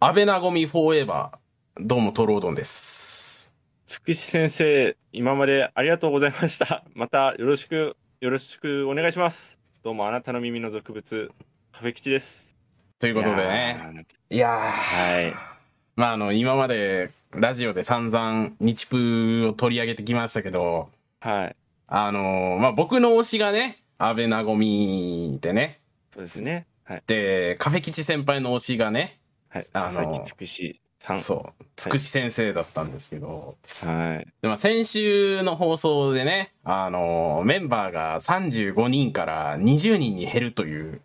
アベナゴミフォーエバー、どうも、トロードンです。つくし先生、今までありがとうございました。 またよろしく、よろしくお願いします。どうもあなたの耳の俗物、カフェ吉です。というとことでね。。いやー。はい。まあ、あの、今まで、ラジオで散々、日プを取り上げてきましたけど、はい。あのーまあ、僕の推しがね、アベナゴミでね、そうですね。はい。で、カフェ吉先輩の推しがね、はい。あのー佐々木つくしさん。そう、つくし先生だったんですけど、はい。でまあ、先週の放送でね、あのーメンバーが35人から20人に減るという、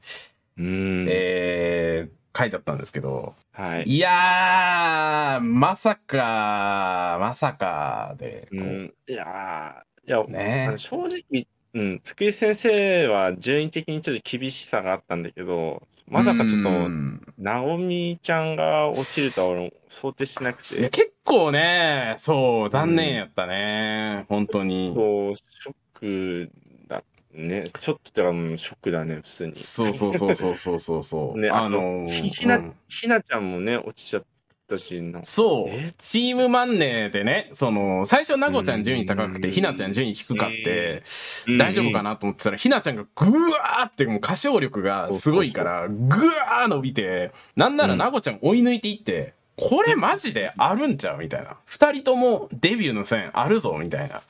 うーん。えー、回だったんですけど、はい。いやー、まさか、まさかで、こう。うんいやー、いや、あねの正直、うん、つくし先生は順位的にちょっと厳しさがあったんだけど、まさかちょっと、うんなおみちゃんが落ちるとは俺想定しなくいやて、結構ね、そう、残念やったね、本当に。そう、ショックだね。ちょっとてか、うんショックだね、普通に。そうそうそうそうそうそうそう。ね、あの、ーひひう、なんひなちゃんもね、落ちちゃったし、なんかそうえ、チームマンネーでね、その、最初、なごちゃん順位高くうて、んひなちゃん順位低かって、うん大丈夫かなと思ってたら、ひなちゃんがぐわーって、もう歌唱力がすごいから、ぐわー伸びて、なんならなごちゃん追い抜いていって、これマジであるんちゃうみたいな。二人ともデビューの線あるぞみたいな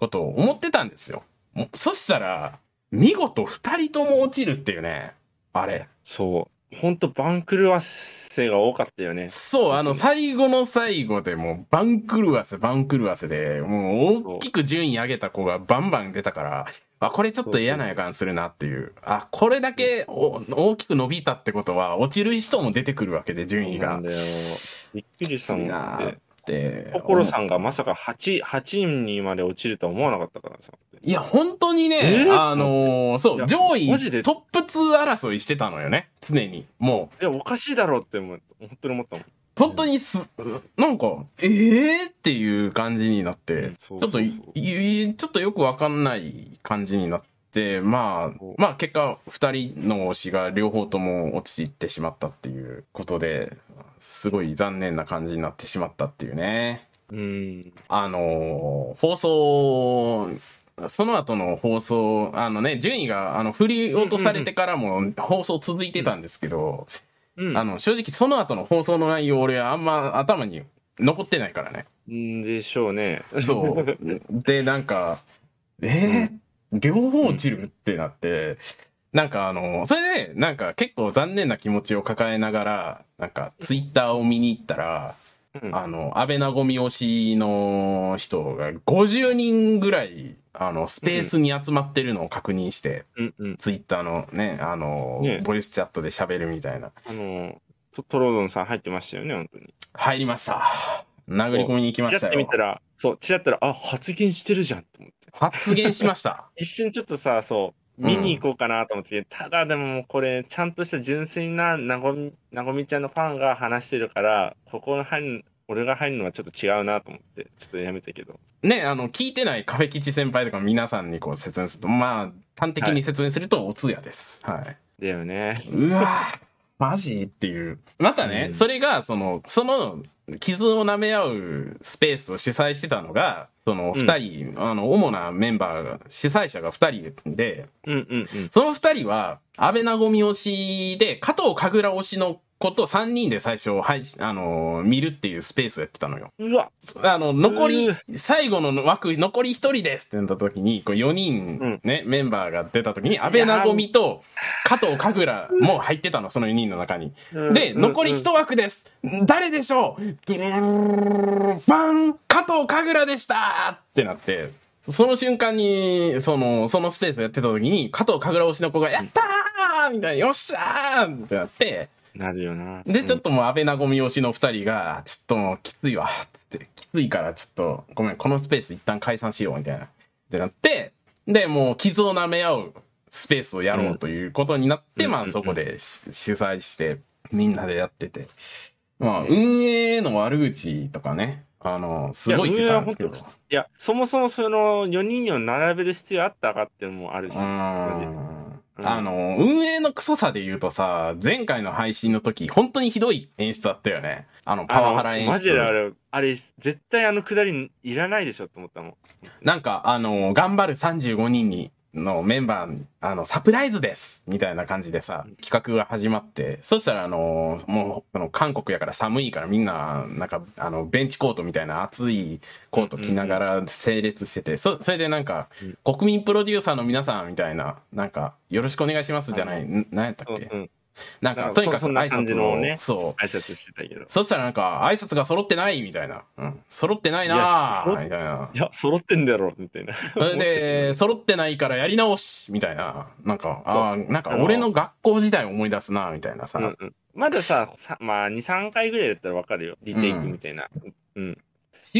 ことを思ってたんですよ。もうそしたら、見事二人とも落ちるっていうね、あれ。そう。ほんと、番狂わせが多かったよね。そう、あの、 最後の最後でもう、番狂わせ、番狂わせで、もう、大きく順位上げた子がバンバン出たから、あ、これちょっと嫌な予感するなっていう。あ、これだけお大きく伸びたってことは、落ちる人も出てくるわけで、順位ながん。だよ。びっくりしたもんなだーっ。ってて。心さんがまさか8、八人にまで落ちるとは思わなかったからさ。いや、本当にね、えーあのーそ、いうや上位、マジでトップ2争いしてたのよね、常に。もう、いや、おかしいだろうって思う、本当に思ったもん。本当にす、なんか、ええー、っていう感じになって、うんちそょうっといそうそうい、ちょっとよくわかんない感じになって、まあそう、まあ結果、二人の推しが両方とも落ちてしまったっていうことで、すごい残念な感じになってしまったっていうね。うん。あのー放送、その後の放送、あのね、順位が、あの、振り落とされてからも放送続いてたんですけど、うん。あの、正直その後の放送の内容、俺あんま頭に残ってないからね。うんでしょうね。 そう。で、なんか、えー両方落ちるってなって、なんかあの、それで、なんか結構残念な気持ちを抱えながら、なんかツイッターを見に行ったら、うんあの、安倍なごみ推しの人が50人ぐらい、あの、スペースに集まってるのを確認して、うんうん。ツイッターのね、あの、ねボイスチャットで喋るみたいな。あの、トトロードンさん入ってましたよね、本当に。入りました。殴り込みに行きまちしらたって見よた。ら、そう、ちらったら、あ、発言してるじゃんと思って。発言しました。一瞬ちょっとさ、そう、見に行こうかなと思って、ただでももうこれ、ちゃんとした純粋ななごみ、なごみちゃんのファンが話してるから、ここの入る、俺が入るのはちょっと違うなと思って、ちょっとやめたけど。ね、あの、聞いてないカフェ吉先輩とか皆さんにこう説明すると、まあ、端的に説明すると、お通夜です。はい。だよね。うわぁマジっていう。またね、うんそれが、その、その、傷を舐め合うスペースを主催してたのが、その、うん二人、あの、主なメンバーが、主催者が二人で、うんうんうん。その二人は、安倍なごみ推しで、加藤かぐら推しのこと三人で最初、配信、あの、見るっていうスペースをやってたのよ。うわあの、残りう、最後の枠、残り一人ですってなった時に、こう4人ね、メンバーが出た時に、安倍なごみと加藤かぐらも入ってたの、その4人の中に。で、残り人一枠です誰でしょうドゥルルルルルバン加藤かぐらでしたってなって、その瞬間に、その、そのスペースやってた時に、加藤かぐら推しの子が、やったーみたいな、よっしゃーってなって、なるよな。で、ちょっともう安倍なごみ推しの二人が、ちょっともうきついわ、つって、きついからちょっと、ごめん、このスペース一旦解散しよう、みたいな。ってなって、で、もう傷を舐め合うスペースをやろうということになって、うんまうあんそこでし主催して、みんなでやってて。まあ、運営の悪口とかね、あの、すごい言ってたんですけど。いや運営はいや、そもそもその4人を並べる必要あったかっていうのもあるし。うーん。うんあの、運営のクソさで言うとさ、前回の配信の時、本当にひどい演出だったよね。あの、パワハラ演あのマジであ出。れ、あれ、絶対あのくだりいらないでしょって思ったもん。なんか、あの、頑張る35人に、のメンバー、あの、サプライズですみたいな感じでさ、企画が始まって、そしたら、あの、もう、あの韓国やから寒いからみんな、なんか、あの、ベンチコートみたいな熱いコート着ながら整列してて、そ、それでなんか、国民プロデューサーの皆さんみたいな、なんか、よろしくお願いしますじゃない、ん何やったっけうんうんなんなか、んかとにかくそそんな挨感じ拶のをねそう。挨拶してたけど。そしたらなんか、挨拶が揃ってないみたいな。うん。揃ってないいなや揃っぁみたいな。いや、揃ってんだろ、みたいな。それ で、揃ってないからやり直しみたいな。なんか、ああ、なんかあの俺の学校時代を思い出すなみたいなさ。うんうんまださ、さまあ、2、3回ぐらいだったらわかるよ。リテイクみたいな。 4、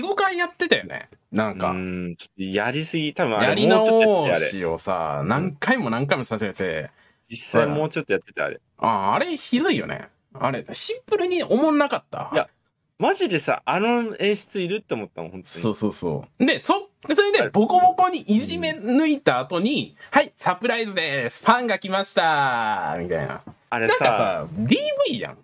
5回やってたよね。なんうか、ん、ちょっとやりすぎ、多分あやれりもうちょっとやって直たあれ。しをさ、何回も何回もさせて、実際もうちょっとやってたあれ。ああ、あれひどいよね。あれ、シンプルに思んなかった。いやマジでさ、あの演出いるって思ったもん、本当に。そうそうそう。で、そ、それでボコボコにいじめ抜いた後に、はい、サプライズですファンが来ましたみたいな。あれなんかさ、さ、DV やん。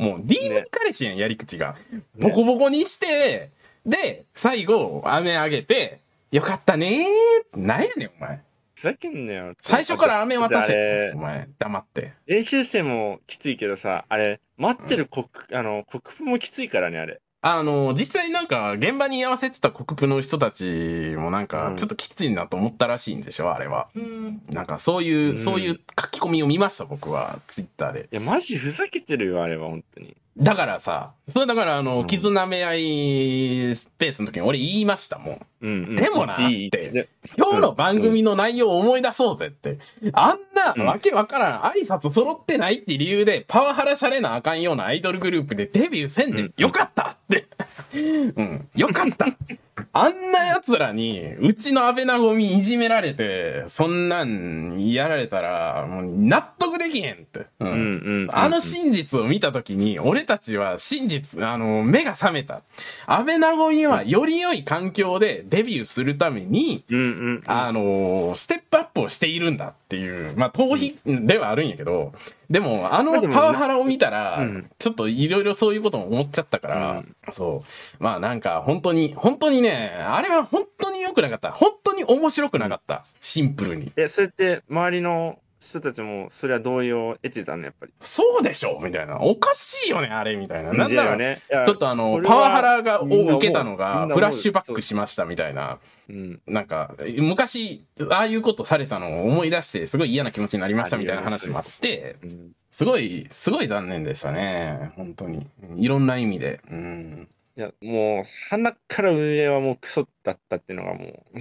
もう DV ね彼氏やん、やり口が。ねボコボコにして、で、最後、飴あげて、よかったねー。なんやねん、お前。ふざけんなよ。最初から飴渡だせっ。てお前、黙って。あれ練習生もきついけどさ、あれ、待ってる国、あの、国府もきついからね、あれ。あの、実際なんか、現場に居合わせてた国府の人たちもなんかう、んちょっときついなと思ったらしいんでしょ、あれは。なんか、そういう、うんそういう書き込みを見ました、僕は、ツイッターで。いや、マジふざけてるよ、あれは、本当に。だからさ、それだから、あうの、ん傷舐め合いスペースの時に俺言いました、もん。うん、うん。でもな言ってで今日の番組の内容を思い出そうぜって。あんうな、んわけわからん、挨拶揃ってないって理由で、パワハラされなあかんようなアイドルグループでデビューせんうでん、よかったって。 うん、よか った。あんな奴らに、うちの安倍なごみいじめられて、そんなんやられたら、もう納得できへんって。ううん、うんうん。あの真実を見たときに、俺たちは真実、あの、目が覚めた。安倍なごみはより良い環境でデビューするために、うん、うん。あのーステップアップをしているんだっていう、まあ、逃避ではあるんやけど、でも、あまのあでもパワハラを見たらうん、ちょっといろいろそういうことも思っちゃったから、そう。まあなんか、本当に、本当にね、あれは本当に良くなかった。本当に面白くなかった。シンプルに。え、それって、周りの人たちも、それは同意を得てたね、やっぱり。そうでしょみたいな。おかしいよね、あれみたいな。なんだなよら、ね。ちょっとあこの、れはパワハラがをみんな思う受けたのみんなが、思うフラッシュバックしましたみたいな。いやうん。なんか、昔、ああいうことされたのを思い出して、すごい嫌な気持ちになりましたみたいな話もあって、うんすごい、すごい残念でしたね。本当に。うんいろんな意味で。うん。いや、もう、鼻から運営はもうクソだったっていうのがもう、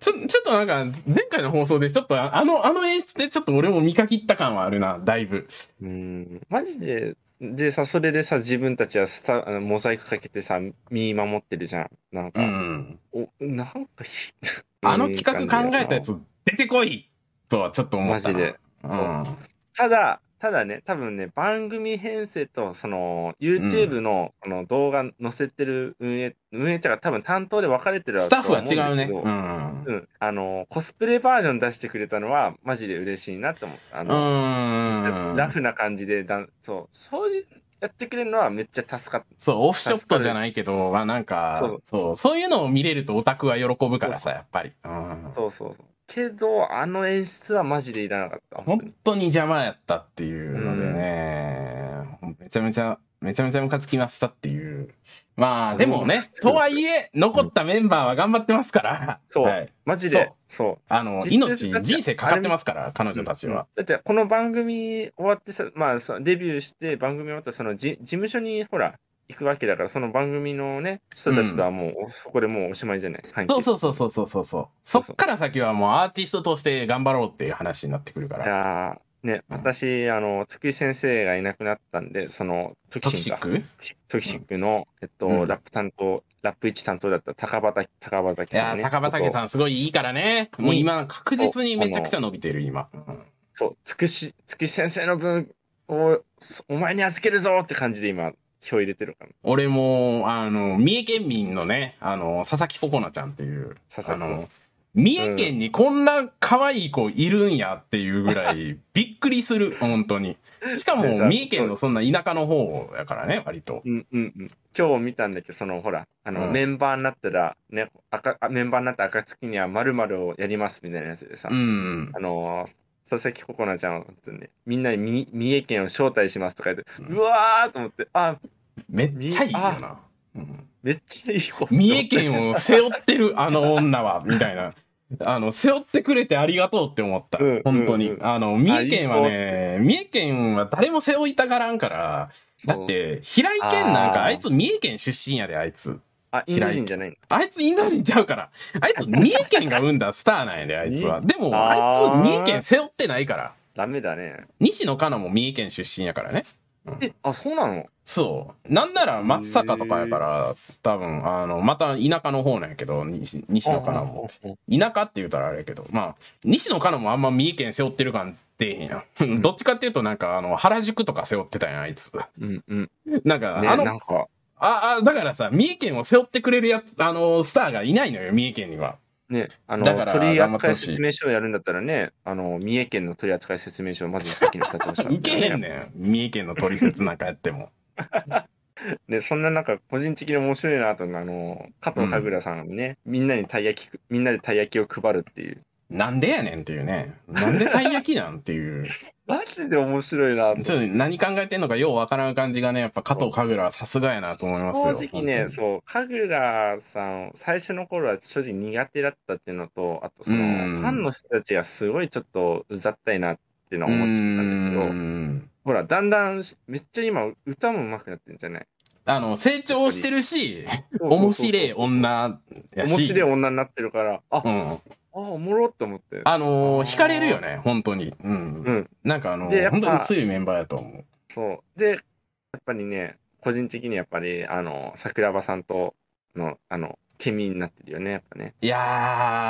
ちょ、ちょっとなんか、前回の放送で、ちょっとああの、あの演出でちょっと俺も見限った感はあるな、だいぶ。うん、マジで、でさ、それでさ、自分たちはスタ、あのモザイクかけてさ、見守ってるじゃん。なんうか、ん。お、なんかひ、あの企画考えたやうん感じだよなつ、出てこいとはちょっと思ったな。マジで。うん。ただ、ただね、多分ね、番組編成と、その、YouTube の、あの動画載せてる運営、運営ってか、多分担当で分かれてるスタッフはと違思うんだね。けどうん。うん、あの、コスプレバージョン出してくれたのは、マジで嬉しいなと思った。あうの、ん。ラフな感じでだん、そう、そういう、やってくれるのはめっちゃ助かっそう、オフショットじゃないけど、まあなんそうかそう、そう、そういうのを見れるとオタクは喜ぶからさ、やっぱり。うんた。。そうそうそう。けど、あの演出はマジでいらなかった。本当に本当に邪魔やったっていうのでね、めちゃめちゃ、めちゃめちゃムカつきましたっていう。まあでもね、とはいえ、残ったメンバーは頑張ってますから。そうはいマジで。そう。あの、実命質だ、って人生かかってますから、彼女たちは。だって、この番組終わってさ、まあ、そのデビューして、番組終わったら、そのじ、事務所に、ほら、行くわけだから、その番組のね、人たちとはもう、おそこでもうおしまいじゃない。はいそうそうそうそうそうそうそう。そっから先はもうアーティストとして頑張ろうっていう話になってくるかいら。やーね、私、あの、月井先生がいなくなったんで、その、トトキキシシンッか。クトキシックの、えっと、うんラップ担当、ラップ1担当だった高畑、高畑いやー、高畑ん。さんすごいいいからね。もう今、確実にめちゃくちゃ伸びてる、今。そう、つくし、つくし先生の分を、そお前に預けるぞって感じで今、票入れてるから。俺も、あの、三重県民のね、あの、佐々木心奈ちゃんっていう、佐あ々木の、三重県にこんな可愛い子いるんやっていうぐらい、びっくりする、本当に。しかも、三重県のそんな田舎の方やからね、割と。うんうんうん。今日見たんだけど、そのほら、あの、うんメンバーになったら、ね、赤あメンバーになった暁には〇〇をやりますみたいなやつでさ、うん。あのー佐々木ここなちゃんは本当にね、みんなにみ三重県を招待しますとか言って、うんうわーと思って、あ、めっちゃいいよな。うんめっちゃいい子。三重県を背負ってる、あの女は、みたい な。あの、背負ってくれてありがとうって思ったうん。本当に。うんうんあの、三重県はあね、三重県は誰も背負いたがらんから、だっそう、て、平井県なんか、あーあいつ三重県出身やで、あいつ。あ、インド人じゃないのあいつインド人ちゃうから。あいつ三重県が生んだスターなんや で、あいつは。でも、ああーいつ三重県背負ってないから。ダメだね。西野カナも三重県出身やからね。え、あ、そうなのそう。なんなら松阪とかやから、多分、あの、また田舎の方なんやけど、西西野カナも。田舎って言うたらあれやけど、まあ、西野カナもあんま三重県背負ってる感出えへんやん。 どっちかっていうと、なんか、あの、原宿とか背負ってたんやん、あいつ。 うんうん。なんか、ね、あなの、んか、あ、あ、だからさ、三重県を背負ってくれるやつ、あの、スターがいないのよ、三重県には。ね、あだからの、取頑張ってほ扱しい説明書をやるんだったらね、あの、三重県の取扱説明書をまず先に立ってほしかった、ね。 いけへんねん。三重県の取説なんかやっても。 で、そんな中、個人的に面白いなと思うのは、あの、加藤神楽さんがね、みんなにたい焼き、みんなでたい焼きを配るっていう。なんでやねんっていうね。なんでたい焼きなんっていう。 マジで面白いなとちょっと何考えてんのかようわからん感じがね、やっぱ加藤神楽はさすがやなと思いますよ。正直ね、そう、神楽さん、最初の頃は正直苦手だったっていうのと、あとそうの、フんァンの人たちがすごいちょっとうざったいなっていうの本は当に思っちゃったんだうーけど、んほら、だんだん、めっちゃ今、歌も上手くなってんじゃないあの、成長してるし、そうそうそう面白い女やし。面白い女になってるから、あ、うあ、ん。おもろって思って。あのー、惹かれるよね、本当に。うん。うんなんかあのでやー、っぱ本当に強いメンバーやと思う。そう。で、やっぱりね、個人的にやっぱり、あの、桜庭さんとの、あの、県民になってるよね、やっぱね。い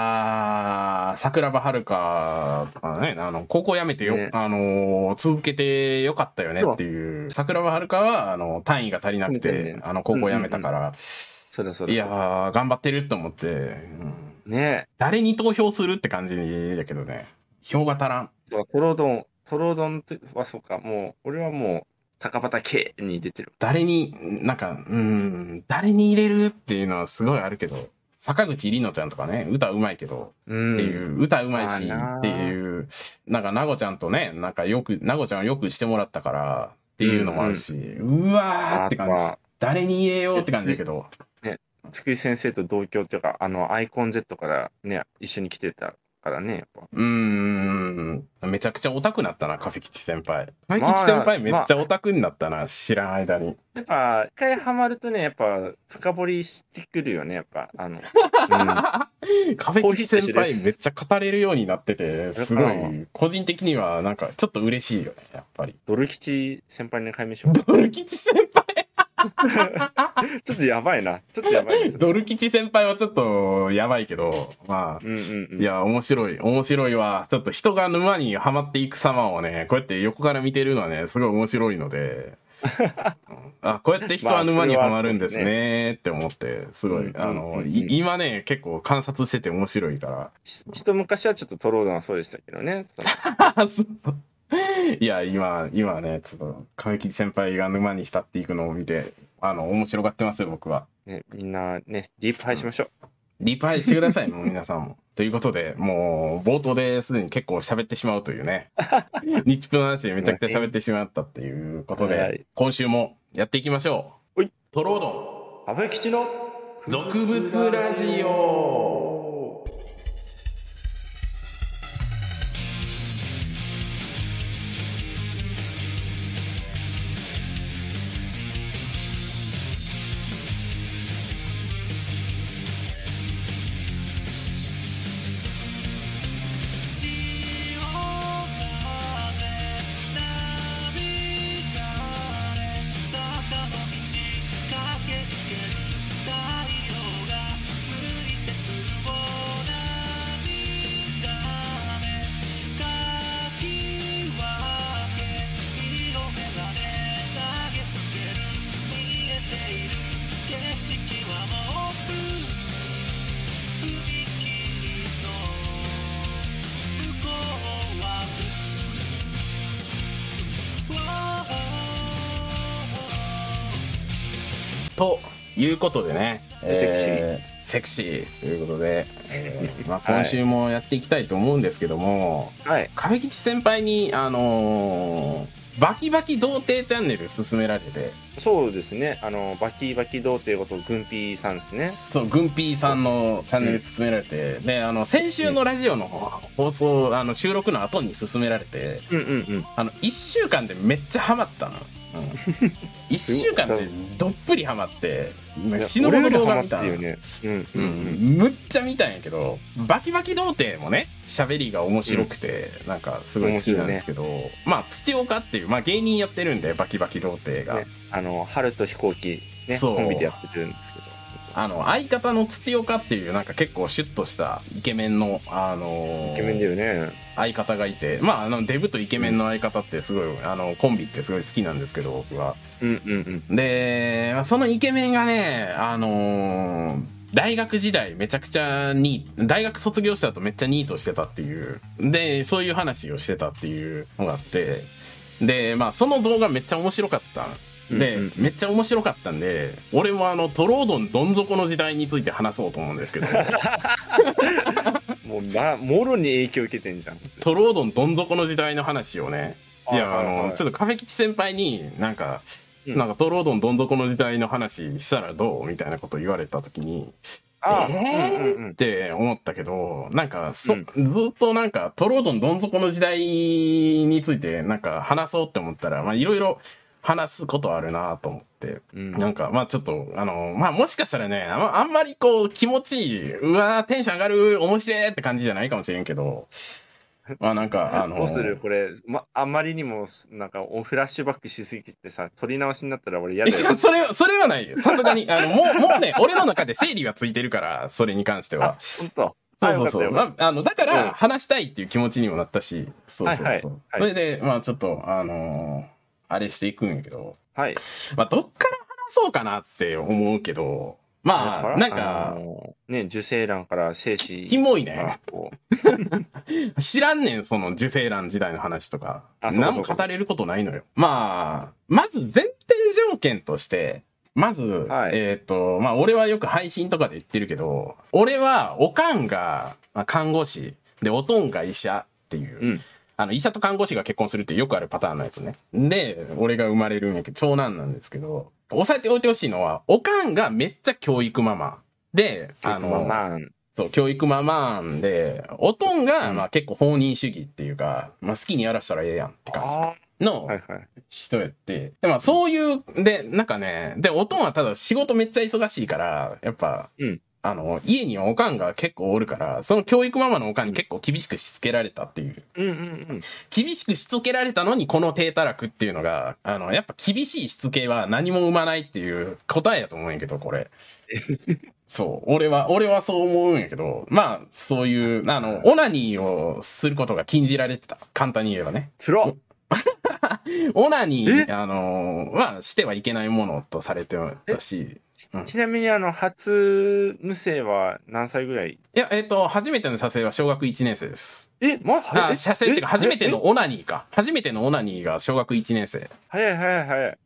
やー、桜庭遥香とかね、あの、高校辞めてよ、ねあのー続けてよかったよねっていう。桜庭遥香は、あの、単位が足りなくそうだて、よねあの、高校辞めたから、それそいれ。やー、頑張ってると思って、うんね誰に投票するって感じだけどね、票が足らん。え、そうトロドン、トロドンとはそうか、もう、俺はもう、高畑家に出てる。誰に、なんか、うん、誰に入れるっていうのはすごいあるけど、坂口里乃ちゃんとかね、歌うまいけど、うん。っていう、歌うまいしあーなーっていう、なんか、なごちゃんとね、なんかよく、なごちゃんをよくしてもらったから、っていうのもあるし、うわーって感じ。あ誰に入れようって感じだけど、とは津久井先生と同居っていうか、あの、アイコン Z からね、一緒に来てたからね、やっぱ。うーん、めちゃくちゃオタクなったな、カフェ吉先輩。カフェまあ吉先輩めっちゃオタクになったな、知らん間に。やっぱ、一回ハマるとね、やっぱ、深掘りしてくるよね、やっぱ。あの、うんカフェ吉先輩めっちゃ語れるようになってて、すごだからい、個人的にはなんかちょっと嬉しいよね、やっぱり。ドル吉先輩に改名しよう。ドル吉先輩ちょっとやばいな。ちょっとやばいです。ドル吉先輩はちょっとやばいけど、まあ、うんうんうん。いや、面白い。面白いわ。ちょっと人が沼にはまっていく様をね、こうやって横から見てるのはね、すごい面白いので、 あ、こうやって人は沼にはまるんですまあそねって思って、すごい、うんあの、うんい今ね、結構観察してて面白いから。ひ一昔はちょっとトロードンはそうでしたけどね。そのあそう いや、今、今ね、ちょっと、神木先輩が沼に浸っていくのを見て、あの、面白がってますよ、僕は。ね、みんなね、ディープ配しましょう。リプライしてくださ い、もう皆さんも。ということで、もう冒頭ですでに結構喋ってしまうというね。日プの話でめちゃくちゃ喋ってしまったっていうことはでい、今週もやっていきましょう。ほいトロード阿部吉のン俗物ラジオ「太陽がついてくる」ということでね、セクえシー。セクシーということで、えーまあ、はい今週もやっていきたいと思うんですけども、はい。壁吉先輩に、あのーバキバキ童貞チャンネル勧められて、そうですね。あの、バキバキ童貞こと、グンピーさんですね。そう、グンピーさんのチャンネル勧められて、で、あの、先週のラジオの放送、あの、収録の後に勧められて、うんうんうん。あの、1週間でめっちゃハマったの。1週間でどっぷりハマって、今死ぬほど動画見た俺のよりハマっ。てるよね。うんううんんむっちゃ見たんやけど、バキバキ童貞もね、喋りが面白くて、なんかすごい好きなんですけど、まあ、土岡っていう、まあ芸人やってるんで、バキバキ童貞うん。がね。、あの、春と飛行機、ね、そうコンビでやってるんですけど。あの、相方の土岡っていう、なんか結構シュッとしたイケメンの、あのーイケメンだよね。相方がいて、まあ、あの、デブとイケメンの相方ってすごい、あの、コンビってすごい好きなんですけど、僕は。うんうんうん。で、まあそのイケメンがね、あのー大学時代めちゃくちゃに、大学卒業した後めっちゃニートしてたっていう、で、そういう話をしてたっていうのがあって、で、まあその動画めっちゃ面白かった。で、うんうんめっちゃ面白かったんで、俺もあの、トロードンどん底の時代について話そうと思うんですけど、もう、ま、もろに影響受けてんじゃん。トロードンどん底の時代の話をね、いや、あはいはいの、はいちょっと亀吉先輩に、なんか、うんなんか、トロードンどん底の時代の話したらどうみたいなこと言われたときに、ああ、えーうんうんうんっ。て思ったけど、なんか、そ、うんずっとなんか、トロードンどん底の時代について、なんか話そうって思ったら、まあ、いろいろ話すことあるなと思って。うんなんか、まあちょっと、あの、まあもしかしたらね、あまあんまりこう気持ちいい、うわーテンション上がる、面白いって感じじゃないかもしれんけ ど、まあなんか、あの、どうするこれ、ま、あまりにも、なんか、おフラッシュバックしすぎてさ、撮り直しになったら俺嫌いだよや、。それは、それはないよ。さすがに。あの、もう、も うね、俺の中で整理はついてるから、それに関してあは。、ほんと。そうそうそあう。よかっまあ、あの、だかうんら、話したいっていう気持ちにもなったし、そうそうそう。はいはいはいそれで、まあ、ちょっと、あのーあれしていくんやけど、たはい。まあ、どっから話そうかなって思うけど、まあ、なんかあ、のね、受精卵から精子。キモいね。あこう知らんねん、その受精卵時代の話とか。あそうか何そもうか語れることないのよ。まあ、まず前提条件として、まず、はいえっ、と、まあ俺はよく配信とかで言ってるけど、俺はおかんがまあ看護師、で、おとんが医者っていう、うんあの、医者と看護師が結婚するってよくあるパターンのやつね。で、俺が生まれるんやけど、長男なんですけど、押さえておいてほしいのは、おかんがめっちゃ教育ママ。で、あの、まあ、まあそう、教育ママんで、おとんが、うんまあ結構放任主義っていうか、まあ好きにやらしたらええやんって感あじのーはいはい。人やって、でまあそういう、で、なんかね、で、おとんはただ仕事めっちゃ忙しいから、やっぱ、うんあの、家にはおかんが結構おるから、その教育ママのおかんに結構厳しくしつけられたっていう。うんうん厳しくしつけられたのにこの低たらくっていうのが、あの、やっぱ厳しいしつけは何も生まないっていう答えやと思うんやけど、これ。そう。俺は、俺はそう思うんやけど、まあ、そういう、あの、オナニーをすることが禁じられてた。簡単に言えばね。つらっオナニえー、あの、まあ、してはいけないものとされてたし、うんちなみに、あの、初無性は何歳ぐらいいや、えっ、と、初めての射精は小学1年生です。え、まあ、え射精っていうか、初めて。ええのオナニーか。初めてのオナニーが小学1年生。早い早い早い。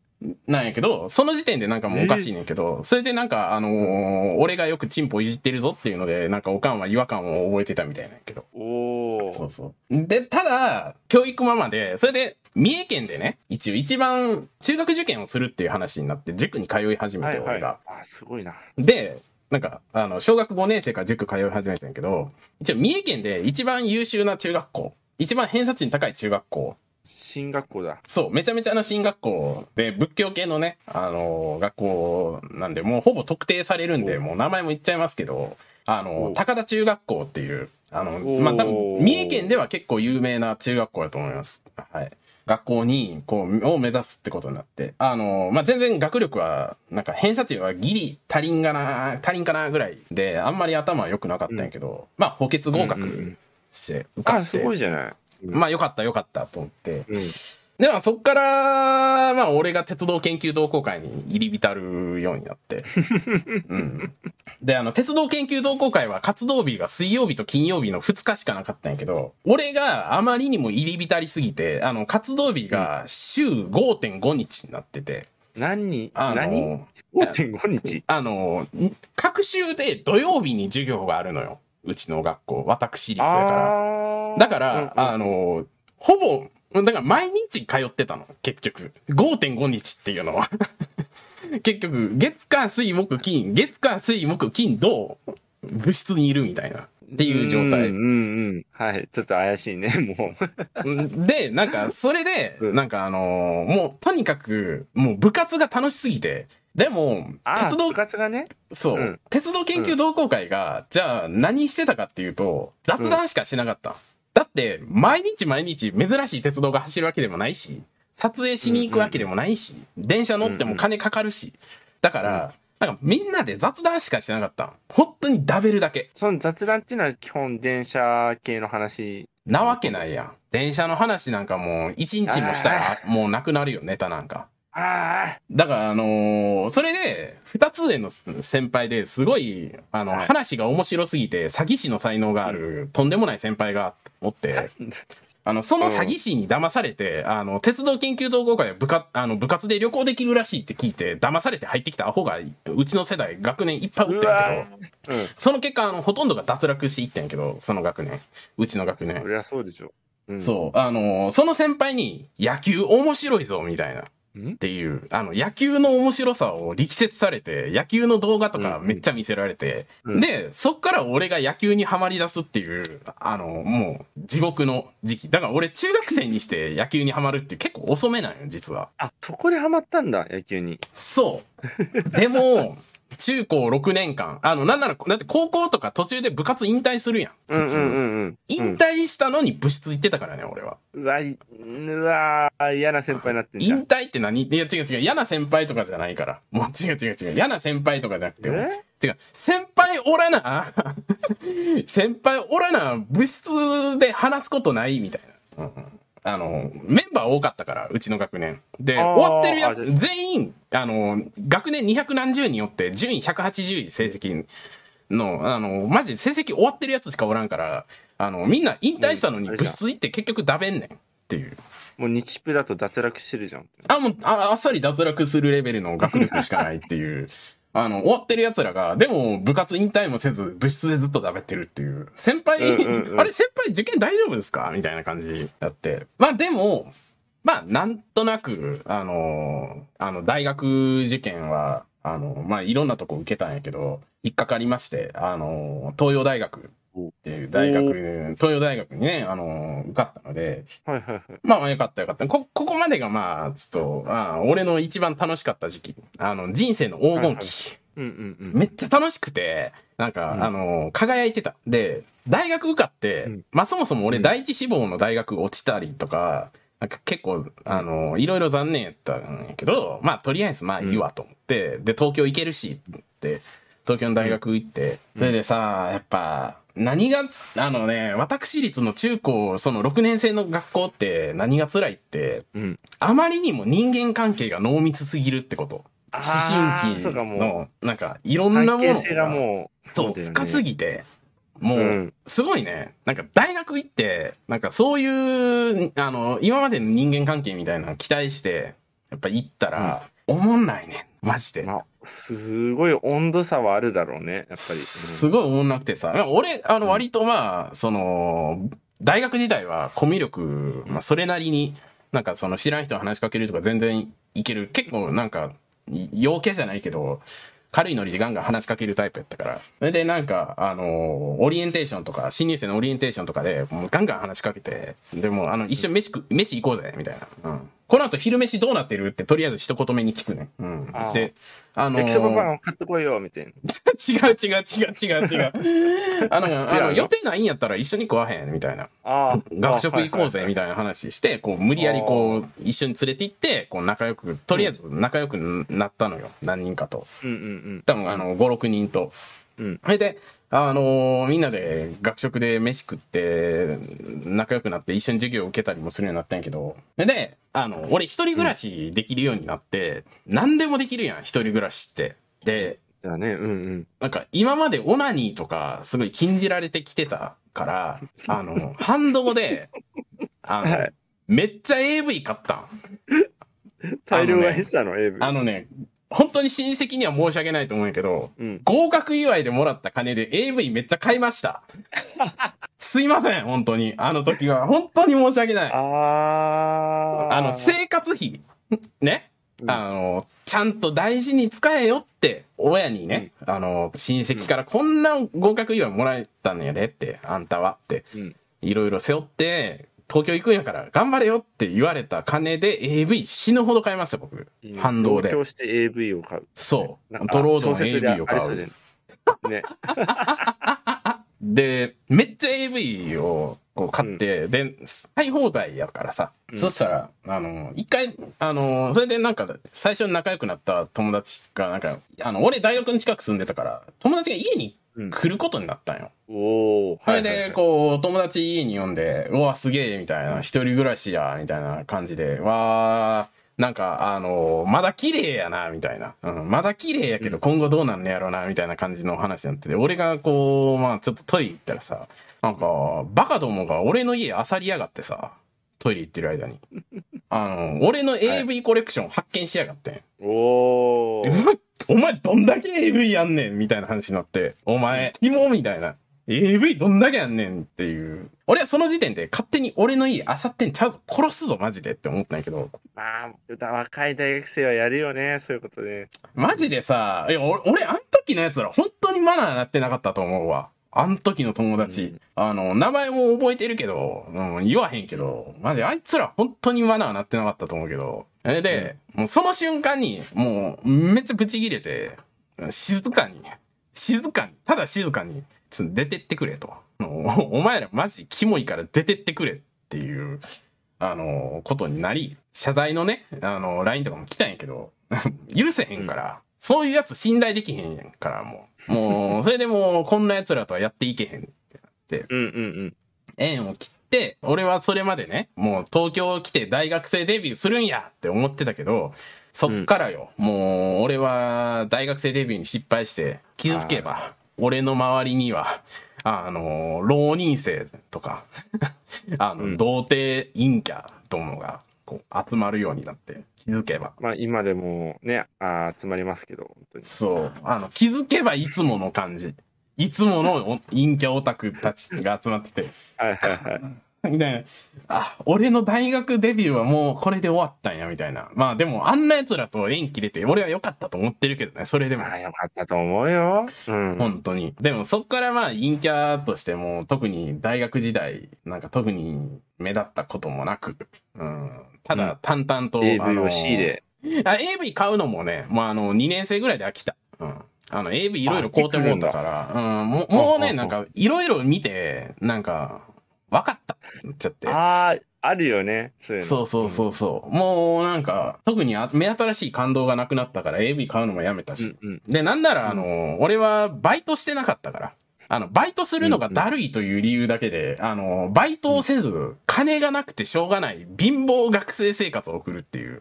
なんやけど、その時点でなんかもうおかしいねんけど、それでなんか、あのー俺がよくチンポいじってるぞっていうので、なんかおかんは違和感を覚えてたみたいなんやけど。おお。そうそう。で、ただ、教育ママで、それで、三重県でね、一応一番中学受験をするっていう話になって、塾に通い始めはて、いは俺い。が。あ、すごいな。で、なんか、あの、小学5年生から塾通い始めたんやけど、一応三重県で一番優秀な中学校、一番偏差値の高い中学校進学校だ。そう、めちゃめちゃな進学校で、仏教系のね、あのー学校なんで、もうほぼ特定されるんで、おもう名前も言っちゃいますけど、あのおー高田中学校っていう、あのおまあ、多分、三重県では結構有名な中学校だと思います。はい。学校に、こう、を目指すってことになって、あのーまあ、全然学力は、なんか偏差値はギリ足りんかな、足りんかなぐらいで、あんまり頭は良くなかったんやけど、まあ、補欠合うんうんう格んして受かあ、って、すごいじゃない。まあ、良かった良かったと思って、うん。で、まあ、そっから、まあ、俺が鉄道研究同好会に入り浸るようになって。うん。で、あの、鉄道研究同好会は活動日が水曜日と金曜日の2日しかなかったんやけど、俺があまりにも入り浸りすぎて、あの、活動日が週5.5日になってて、何に、あ何の、 ?5.5 日あの、各週で土曜日に授業があるのよ。うちの学校。私立だから。あーだから、うんうんあの、ほぼ、だから毎日通ってたの、結局。5.5日っていうのは。 結局、月火水木金、月火水木金土、部室にいるみたいな。っていう状態うん。うんうん。はい。ちょっと怪しいね、 もう。で、なんか、それで、うんなんかあのーもう、とにかく、もう部活が楽しすぎて、でも、ああ、鉄道部、活がね。そう、うん鉄道研究同好会が、じゃあ何してたかっていうと、雑談しかしなかった。だって、毎日毎日珍しい鉄道が走るわけでもないし、撮影しに行くわけでもないし、電車乗っても金かかるし。だから、なんかみんなで雑談しかしなかった。本当にダベルだけ。その雑談っていうのは基本電車系の話。なわけないやん。電車の話なんかもう、一日もしたら、もうなくなるよ、ネタなんか。ああ、だから、あのーそれで、二つ上の先輩ですごい、あの、はい話が面白すぎて、詐欺師の才能がある、とんでもない先輩がおって、あの、その詐欺師に騙されて、あの、鉄道研究同好会は部活、あの、部活で旅行できるらしいって聞いて、騙されて入ってきたアホが、うちの世代、学年いっぱいおってんやうけわど、ーうん。その結果、あの、ほとんどが脱落していったんやけど、その学年、うちの学年そ。りゃそうでしょ。うんそう、あのーその先輩に、野球面白いぞ、みたいな。うっんていう、あの、野球の面白さを力説されて、野球の動画とかうんめっちゃ見せられて、うんで、そっから俺が野球にはまり出すっていう、あの、もう、地獄の時期。だから俺、中学生にして野球にはまるっていう結構遅めなんよ、実は。あ、そこでハマったんだ、野球に。 そう。でも、中高6年間、あの、なんなら、だって高校とか途中で部活引退するやん。う普んうん通うんうん。引退したのに部室行ってたからね、俺は。うんうわ、いうわー、嫌な先輩になってんじゃ引ん。退って何いや、違う違う。嫌な先輩とかじゃないから。もう違う違う違う。嫌な先輩とかじゃなくて、え違う、先輩おらな、 先輩おらな、部室で話すことないみたいな。うんうんあの、メンバー多かったから、うちの学年。で、あー終わってるやあじゃあつ、全員、あの、学年200何十人よって、順位180位成績の、あの、マジで成績終わってるやつしかおらんから、あの、みんな引退したのにうん部室行って結局ダべんねんっていう。もう日プだと脱落してるじゃん。あ、もう、ああっさり脱落するレベルの学力しかないって いう。あの、終わってる奴らが、でも部活引退もせず、部室でずっと食べってるっていう。先輩、うんうんうんあれ先輩受験大丈夫ですかみたいな感じだって。まあでも、まあなんとなく、あの、あの、大学受験は、あの、まあいろんなとこ受けたんやけど、引っかかりまして、あの、東洋大学っていう大お学、東洋大学にね、あの、受かったので、はいはいはい。まあまあよかったよかった。こ、ここまでがまあ、ちょっと、ああ俺の一番楽しかった時期。あの、人生の黄金期。うんうんうん。めっちゃ楽しくて、なんか、うんあの、輝いてた。で、大学受かって、うんまあそもそも俺第一志望の大学落ちたりとか、なんか結構、あの、いろいろ残念やったんやけど、まあとりあえずまあいいわと思って、で、東京行けるしって、東京の大学行って、それでさ、やっぱ、何が、あのね、私立の中高、その6年生の学校って何が辛いって、うん。あまりにも人間関係が濃密すぎるってこと。あ思ー春期そうかもの、なんか、いろうんなも関係の性がが、もう、そう、深すぎぎて、もうう、ん。すごいね。なんか、大学行って、なんか、そういう、あの、今までの人間関係みたいなの期待して、やっぱ行ったら、おもんないね。マジで。まあ、すごい温度差はあるだろうね、やっぱり。すごいおもんなくてさ、まあ俺、あの、割とまあ、その、大学時代はコミュ力、まあ、それなりに、なんかその知らん人に話しかけるとか全然いける。結構なんか、い陽気じゃないけど、軽いノリでガンガン話しかけるタイプやったから。それでなんか、あのーオリエンテーションとか、新入生のオリエンテーションとかで、もうガンガン話しかけて、でも、あの、一緒に飯食、飯行こうぜ、みたいな。うん。この後昼飯どうなってるって、とりあえず一言目に聞くね。うんあ。ーで、あのー焼きそばパンを買ってこいよ、みたいな。 違う違う違う違う違う。 あの、あ違うのの予定ないんやったら一緒に食わへんみたいな。ああ。学食行こうあぜはいみたいな話して、こう無理やりこう一緒に連れて行って、こう仲良く、とりあえず仲良くなったのよ。何人かと。はいはいうんうん多分あの、5、6人と。うん。それで、あのーみんなで学食で飯食って、仲良くなって一緒に授業を受けたりもするようになったんやけど、それで、あの、俺一人暮らしできるようになって、何でもできるやん、一人暮らしって。で、じゃあね、うんうん。なんか今までオナニーとかすごい禁じられてきてた から、あの、反動で、あの、はいめっちゃ AV 買ったん。大量買いしたの、AV。あのね、本当に親戚には申し訳ないと思うんやけど、うん。合格祝いでもらった金で AV めっちゃ買いま した。すいません、本当に。あの時は、本当に申し訳ない。ああー。の、生活費、ね、うんあの、ちゃんと大事に使えよって、親にね、あの、親戚からこんな合格祝いもらえたんやでって、あんたはって、うんいろいろ背負って、東京行くんやから頑張れよって言われた金で AV 死ぬほど買いました、僕。うん反動で同。居して AV を買う。そうなん。かドロード小の説であ AV を買ありそうだ。よね。ね。で、めっちゃ AV をこう買って、で、買い放題やからさ、うんそしたら、あの、一回、あの、それでなんか、最初仲良くなった友達が、なんか、あの、俺大学の近く住んでたから、友達が家にうん来ることになったんよ。おお。それで、こう、友達家に呼んで、うわ、すげえ、みたいな、一人暮らしや、みたいな感じで、わー、なんか、あのまだ綺麗やな、みたいな。うん、まだ綺麗やけど、今後どうなんのやろうな、みたいな感じの話になってて、俺がこう、まあ、ちょっとトイレ行ったらさ、なんか、バカどもが俺の家漁りやがってさ、トイレ行ってる間に。あの、俺の AV コレクション発見しやがってん。おお。うわお前どんだけ AV やんねんみたいな話になって、お前、紐みたいな。AV どんだけやんねんっていう。俺はその時点で勝手に俺の家あさってんちゃうぞ、殺すぞ、マジでって思ったんやけど、まあ、若い大学生はやるよね、そういうことね。マジでさ、いや俺、俺、あん時のやつら本当にマナーなってなかったと思うわ。あん時の友達。うんあの、名前も覚えてるけど、うん、言わへんけど、マジあいつら本当にマナーなってなかったと思うけど。えれで、もうその瞬間に、もう、めっちゃブチ切れて、静かに、静かに、ただ静かに、ちょっと出てってくれと。おお前らマジキモいから出てってくれっていう、あの、ことになり、謝罪のね、あの、LINE とかも来たんやけど、許せへんから、そういうやつ信頼できへんから、もう。もう、それでもう、こんな奴らとはやっていけへんうんうん縁を切って、俺はそれまでね、もう東京来て大学生デビューするんやって思ってたけど、そっからよ、もう俺は大学生デビューに失敗して、気づけば、俺の周りには、あの、浪人生とか、 あの、うん童貞陰キャどもが、こう、集まるようになって、気づけば。うん。まあ、今でもね、あー集まりますけど、本当に。そう。あの、気づけばいつもの感じ。いつものお陰キャオタクたちが集まってて、はいはいはい。 みたいな。あ、俺の大学デビューはもうこれで終わったんや、みたいな。まあでも、あんな奴らと縁切れて、俺は良かったと思ってるけどね、それでもま。あ、よかったと思うよ。うん。本当に。でも、そっからまあ、陰キャとしても、特に大学時代、なんか特に目立ったこともなく、うん。ただ、淡々と、あ AV のを仕入れ。あ、AV 買うのもね、まあ、あの、2年生ぐらいで飽きた。うん。あの、AV いろいろ買うてもうたから、うん。もうもうね、なんか、いろいろ見て、なんか、分かったって言っちゃって。ああ、あるよね、そういうの。そうそうそうそう。もうなんか、特にあ目新しい感動がなくなったから AV 買うのもやめたうしん。。うんで、なんならあの、俺はバイトしてなかったから。あの、バイトするのがだるいという理由だけで、あの、バイトをせず、金がなくてしょうがない貧乏学生生活を送るっていう。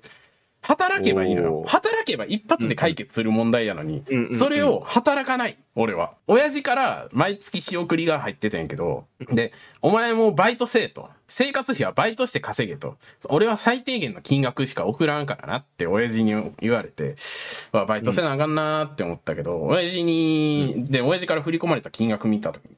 働けばいいのよお。ー働けば一発で解決する問題やのに、うんうん。それを働かない、俺は。親父から毎月仕送りが入ってたんやけど、で、お前もバイトせえと。生活費はバイトして稼げと。俺は最低限の金額しか送らんからなって親父に言われて、わバイトせなあかんなーって思ったけど、親父に、で、親父から振り込まれた金額見たときに、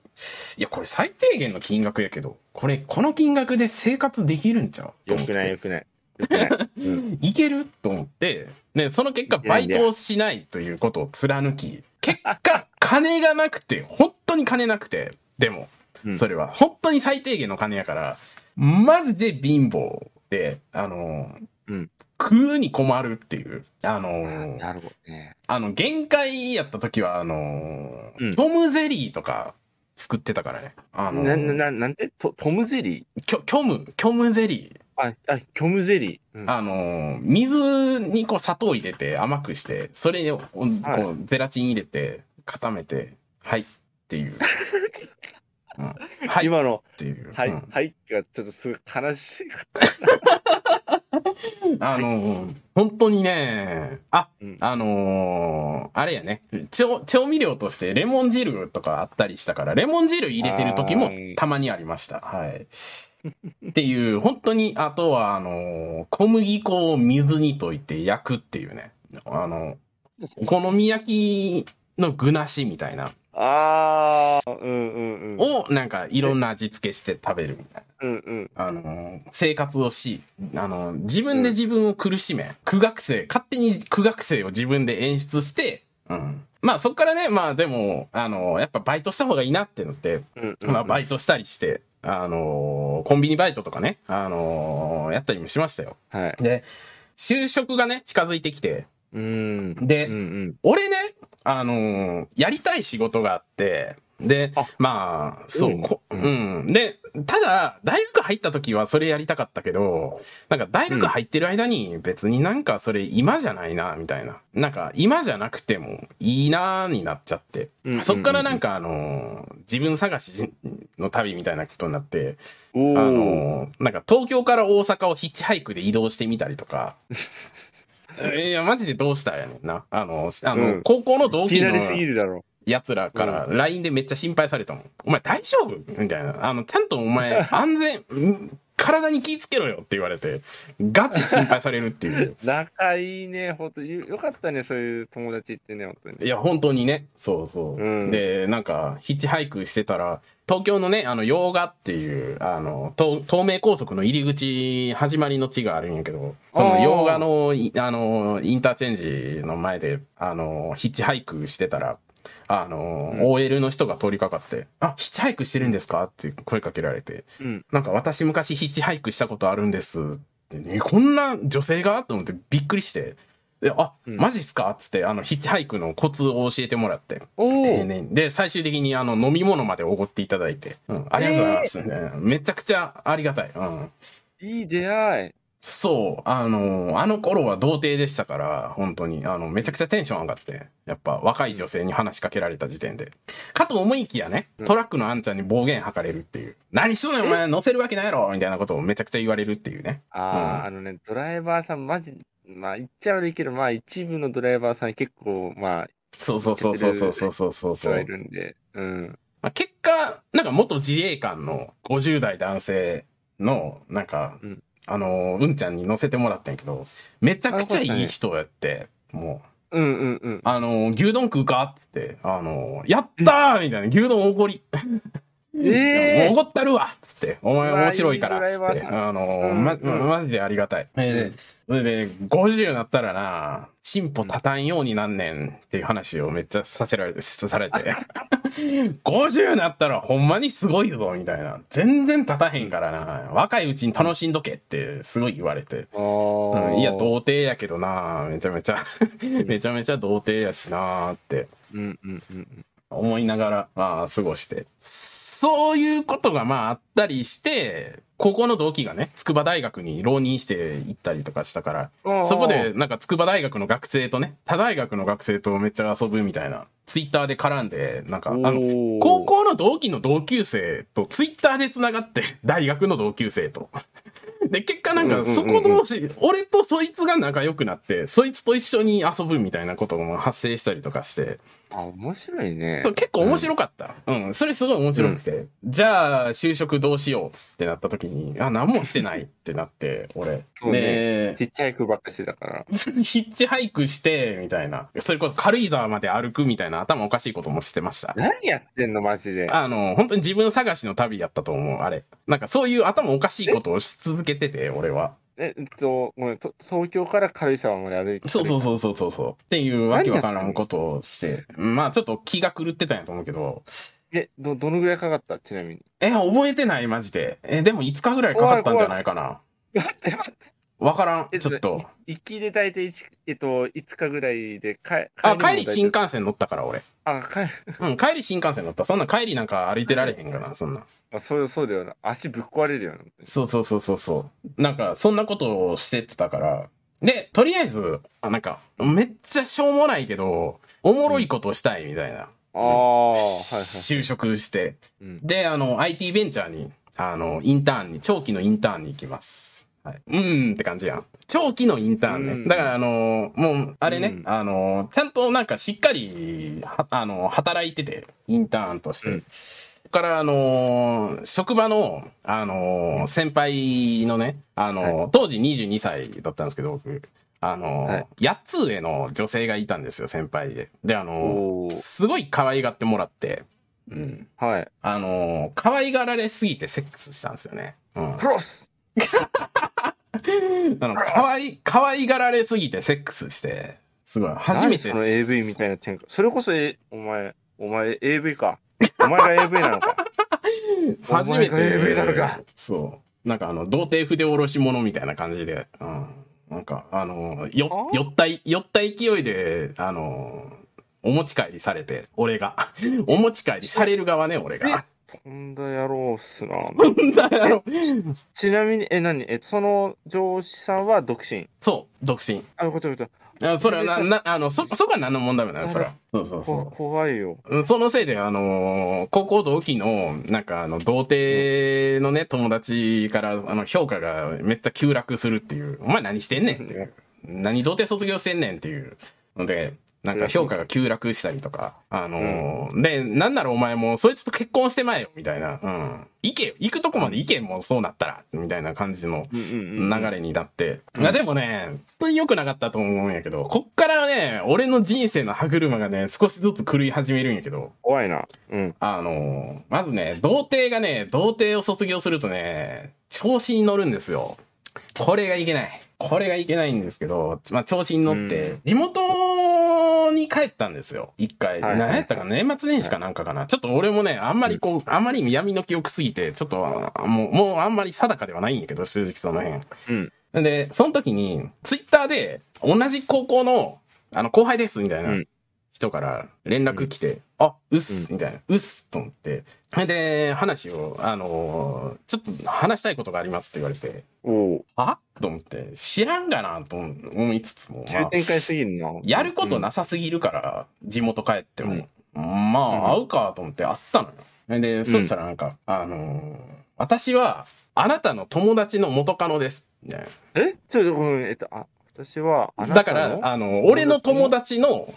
いや、これ最低限の金額やけど、これ、この金額で生活できるんちゃうとよ思っくてないよくない。よくない。 うん。いけると思って、で、その結果、バイトをしないということを貫き、結果、 金がなくて、本当に金なくて、でもう、んそれは、本当に最低限の金やから、マジで貧乏で、あのーうん食うに困るっていう、あのーなるほどね。あの、限界やった時は、あのーうんトムゼリーとか作ってたからね。あのーな、な、ななんてトトムゼリーきょ虚無、虚無ゼリー。あ、あ、虚無ゼリー。うんあのー水にこう砂糖を入れて甘くしてそれをこうはいこうゼラチン入れて固めてはいって いう、うんはいっ今の、ていう、はい、うんはいがちょっとすごい悲しい。あの、本当にね、あ、うんあのーあれやね、調、調味料としてレモン汁とかあったりしたから、レモン汁入れてる時もたまにありました。はい。っていう、本当に、あとは、あのー小麦粉を水に溶いて焼くっていうね、あの、お好み焼きの具なしみたいな、ああ、うんうんうん。をなんかいろんな味付けして食べるみたいな。うんうん。あの、生活をし、あの、自分で自分を苦しめ、苦学生、勝手に苦学生を自分で演出して、うん。まあそっからね、まあでも、あの、やっぱバイトした方がいいなっていうのって、うんうん。まあバイトしたりして、あの、コンビニバイトとかね、あの、やったりもしましたよ。はい。で、就職がね、近づいてきて、うん。でうんうん。俺ね、あのーやりたい仕事があって、であ、まあ、そう、うんこううんん。で、ただ、大学入った時はそれやりたかったけど、なんか大学入ってる間に別になんかそれ今じゃないな、みたいな。なんか今じゃなくてもいいな、になっちゃってうんうんうん。そっからなんかあのー自分探しの旅みたいなことになって、おあお。のーなんか東京から大阪をヒッチハイクで移動してみたりとか。え いや、マジでどうしたんやねんな。あの、あの、うん高校の同気に期なのりすぎるだろ。やつらから LINE でめっちゃ心配されたもん。お前大丈夫みたいな。あの、ちゃんとお 前安全、ん体に気ぃつけろよって言われて、ガチ心配されるっていう。仲いいね、ほんと。よよかったね、そういう友達ってね、ほんとに。いや、本当にね。そうそう。うんで、なんか、ヒッチハイクしてたら、東京のね、あの、洋画っていう、あの、東東名高速の入り口、始まりの地があるんやけど、そあのー洋画の、いあの、インターチェンジの前で、あの、ヒッチハイクしてたら、あの、うん OL の人が通りかかって、あ、ヒッチハイクしてるんですかって声かけられて、うん。なんか私昔ヒッチハイクしたことあるんですって、ね、こんな女性がと思ってびっくりして、であ、うんマジっすかっつって、あの、ヒッチハイクのコツを教えてもらって、お丁お。寧に。で、最終的にあの、飲み物までおごっていただいて、うん、ありがとうございます、ねめちゃくちゃありがたい。うん。いい出会い。そう、あの、あの頃は童貞でしたから、本当に、あの、めちゃくちゃテンション上がって、やっぱ若い女性に話しかけられた時点で。かと思いきやね、トラックのあんちゃんに暴言吐かれるっていう、何しとんねんお前乗せるわけないやろみたいなことをめちゃくちゃ言われるっていうね。あうあ、んあのね、ドライバーさん、マジ、まあ、言っちゃ悪いけど、まあ、一部のドライバーさん結構、まあ、そうそうそうそうそうそうそうそう人がいるんで、うん。まあ、結果、なんか元自衛官の50代男性の、なんか、うんあの、うんちゃんに乗せてもらったんやけど、めちゃくちゃいい人やって、もう、うんうんうん。あの、牛丼食うかっつって、あの、やったーみたいな、牛丼おごり、えもえうおごったるわっつって、お前うわ面白いからっつって、いいドライバーさあの、うんま、うんマジでありがたい。えーそれで、50になったらな、チンポ立たんようになんねんっていう話をめっちゃさせられ て、されて。50になったらほんまにすごいぞ、みたいな。全然立たへんからな、若いうちに楽しんどけってすごい言われて。うん、いや、童貞やけどな、めちゃめちゃ、めちゃめちゃ童貞やしなってうんうんうんうん。思いながら、まあ、過ごして。そういうことがまああったりして、高校の同期がね、筑波大学に浪人して行ったりとかしたから、あーそこで、なんか筑波大学の学生とね、他大学の学生とめっちゃ遊ぶみたいな、ツイッターで絡んで、なんか、あの、の高校の同期の同級生とツイッターで繋がって、 大学の同級生と。 で、結果なんうんうか、んうんうんそこ同士、俺とそいつが仲良くなって、そいつと一緒に遊ぶみたいなことも発生したりとかして、あ、面白いね。そう結構面白かった。うん、それすごい面白くて。じゃあ、就職どうしようってなった時に、あ、何もしてない ってなって、俺。そうねで ヒッチハイクばっかしてたから。ヒッチハイクして、みたいな。それこそ軽井沢まで歩くみたいな頭おかしいこともしてました。何やってんの、マジで。あの、本当に自分探しの旅やったと思う、あれ。なんかそういう頭おかしいことをし続けてて、俺は。ええっと、ごめん、と東京から軽井沢まで歩いて。。そうそううそうそうそうそう。っていうわけわからんことをして。まあちょっと気が狂ってたんやと思うけど。え、ど、どのぐらいかかったちなみに。 え、覚えてないマジで。え、でも5日ぐらいかかったんじゃないかな。待って待って。わからえん。ちょっと。。い行きで大体いち、えっと、5日ぐらいで、かあ、帰り新幹幹線乗ったから、俺。あ、帰うん、帰り新幹線乗った。そんな帰りなんか歩いてられへんから、そんな。あそうそうだよな。足ぶっ壊れるよな。そうそうそうそうそう。なんか、そんなことをしてたから。で、とりあえず、あなんか、めっちゃしょうもないけど、おもろいことをしたいみたいな。ああ、はいはい。就職して。うんで、あの、IT ベンチャーに、あの、インターンに、長期のインターンに行きます。はい、うーんって感じやん。長期のインターンね。うんだから、あのーもう、あれね、うんあのーちゃんとなんかしっかり、はあのー働いてて、インターンとして。うんここから、あのー職場の、あのー先輩のね、あのー当時22歳だったんですけど、僕、あのーはい8つ上の女性がいたんですよ、先輩で。で、あのーおーすごい可愛がってもらって、うん。はい。あのー可愛がられすぎてセックスしたんですよね。 うん。クロスあの、かわい、かわいがられすぎてセックスして、すごい、初めて。何その AV みたいな展開。それこそ、え、お前、お前 AV か。お前が AV なのか。初めて。お前が AV なのか。そう。なんかあの、童貞筆下ろし者みたいな感じで、うん。なんか、あの、よ、あ酔ったい、酔った勢いで、あの、お持ち帰りされて、俺が。 お持ち帰りされる側ね、俺が。とんだ野郎っすな。だからあのちなみに、え、何え、その上司さんは独身。 そう、独身。あ、よかったよかっあそれはな、な、あの、そ、そこは何の問題もない、それは。そうそうた。そうこ。怖いよ。うんそのせいで、あのー高校同期の、なんか、あの、童貞のね、友達から、あの、評価がめっちゃ急落するっていう、お前何してんねんっていう、何童貞卒業してんねんっていうので、なんか評価が急落したりとか、あのーで、なんならお前もうそいつと結婚してまえよ、みたいな、うん。行けよ、行くとこまで行けもうそうなったら、みたいな感じの、うんうんうん。流れになって。いやでもね、本当に良くなかったと思うんやけど、こっからね、俺の人生の歯車がね、少しずつ狂い始めるんやけど、怖いな。うん。あのーまずね、童貞がね、童貞を卒業するとね、調子に乗るんですよ。これがいけない。これがいけないんですけど、まあ、調子に乗って、地元に帰ったんですよ。一回。はい何やったかな年末年始かなんかかな。ちょっと俺もね、あんまりこう、あまりに闇の記憶すぎて、ちょっと、あもう、もうあんまり定かではないんやけど、正直その辺。うん。で、その時に、ツイッターで、同じ高校の、あの、後輩です、みたいなうん人から連絡来て、あ、うっす、みたいな、うっす、と思って。で、話を、あのーちょっと話したいことがありますって言われて、おお。あと思って、知らんがな、と思いつつも、ま急あ、展開すぎるな。やることなさすぎるから、地元帰っても、まあ、会うか、と思って会ったのよ。で、そしたらなんか、あのー私は、あなたの友達の元カノです、みたいな。うん。えちょっとごめん。えっと、あ、私は、あなだかたらの、あの、俺の友達の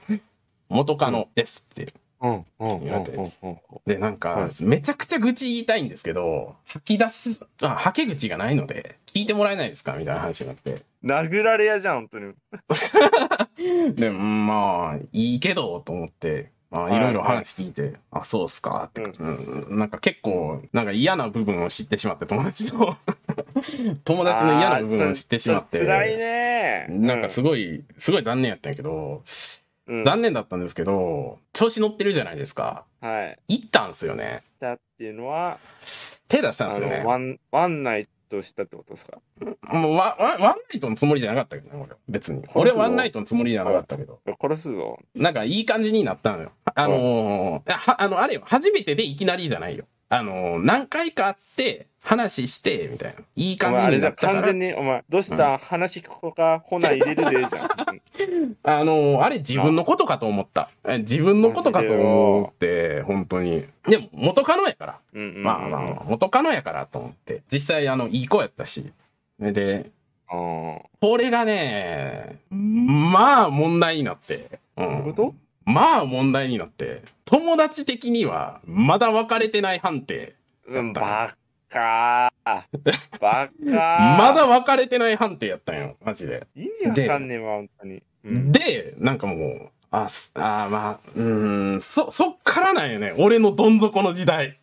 元カノですって。うん、うん、うん、うん、苦手うんうん。で、なんはかい、めちゃくちゃ愚痴言いたいんですけど、吐き出す、あ、吐け口がないので、聞いてもらえないですかみたいな話になって。殴られ屋じゃん、本当に。で、うんまあ、いいけど、と思って、まあ、はいいろいろ話聞いて、あ、そうっすかって、うんなんか結構、なんか嫌な部分を知ってしまって、友達の、 友達の嫌な部分を知ってしまってあーちょちょ。辛いね。なんかすごい、すごい残念やったんやけど、うんうん残念だったんですけど、調子乗ってるじゃないですか。はい。行ったんですよね。だっていうのは、手出したんであすよねの、。ワン、ワンナイトしたってことですかもうワワワンナイトのつもりじゃなかったけどね、俺。別に。俺ワンナイトのつもりじゃなかったけど。殺すぞ。なんかいい感じになったのよ。あのー、はあの、あれよ。初めてでいきなりじゃないよ。あのー、何回か会って、話して、みたいな。いいお感前あじれにじなゃんったか完ら。全に、お前、どうしうた話聞く子か、ほな入れるでじゃん。あのー、あれ自分のことかと思った。え自分のことかと思って、本当に。でも、元カノやから。うんうんうんまあまあ、元カノやからと思って。実際、あの、いい子やったし。で、あーこれがね、まあ問題になって。う、どういうんこまあ問題になって。友達的には、まだ別れてない判定。とうん、バっか ー。バっかー。まだ別れてない判定やったんよ、マジで。意味わかんねえわ、本当に。うんで、なんかもう、あ、すあーまあ、うーん、そ、そっからなんよね。俺のどん底の時 代。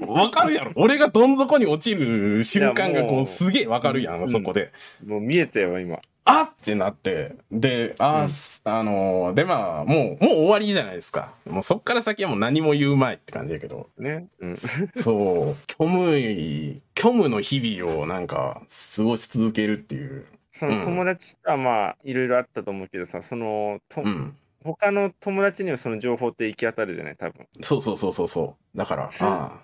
わかるやろ。俺がどん底に落ちる瞬間がいやこもう、うすげえわかるや、うんんそこで。もう見えたよ、今。あってなって、で、あー、うんすあのーで、まあ、もう、もう終わりじゃないですか。もうそっから先はもう何も言うまいって感じやけ ど、ね。うん。そう、虚無い、虚無の日々をなんか、過ごし続けるっていう。そうんの友達とはまあ、いろいろあったと思うけどさ、その、とうん。他の友達にはその情報って行き当たるじゃない、多分。そうそうそうそうそう。だ から、あ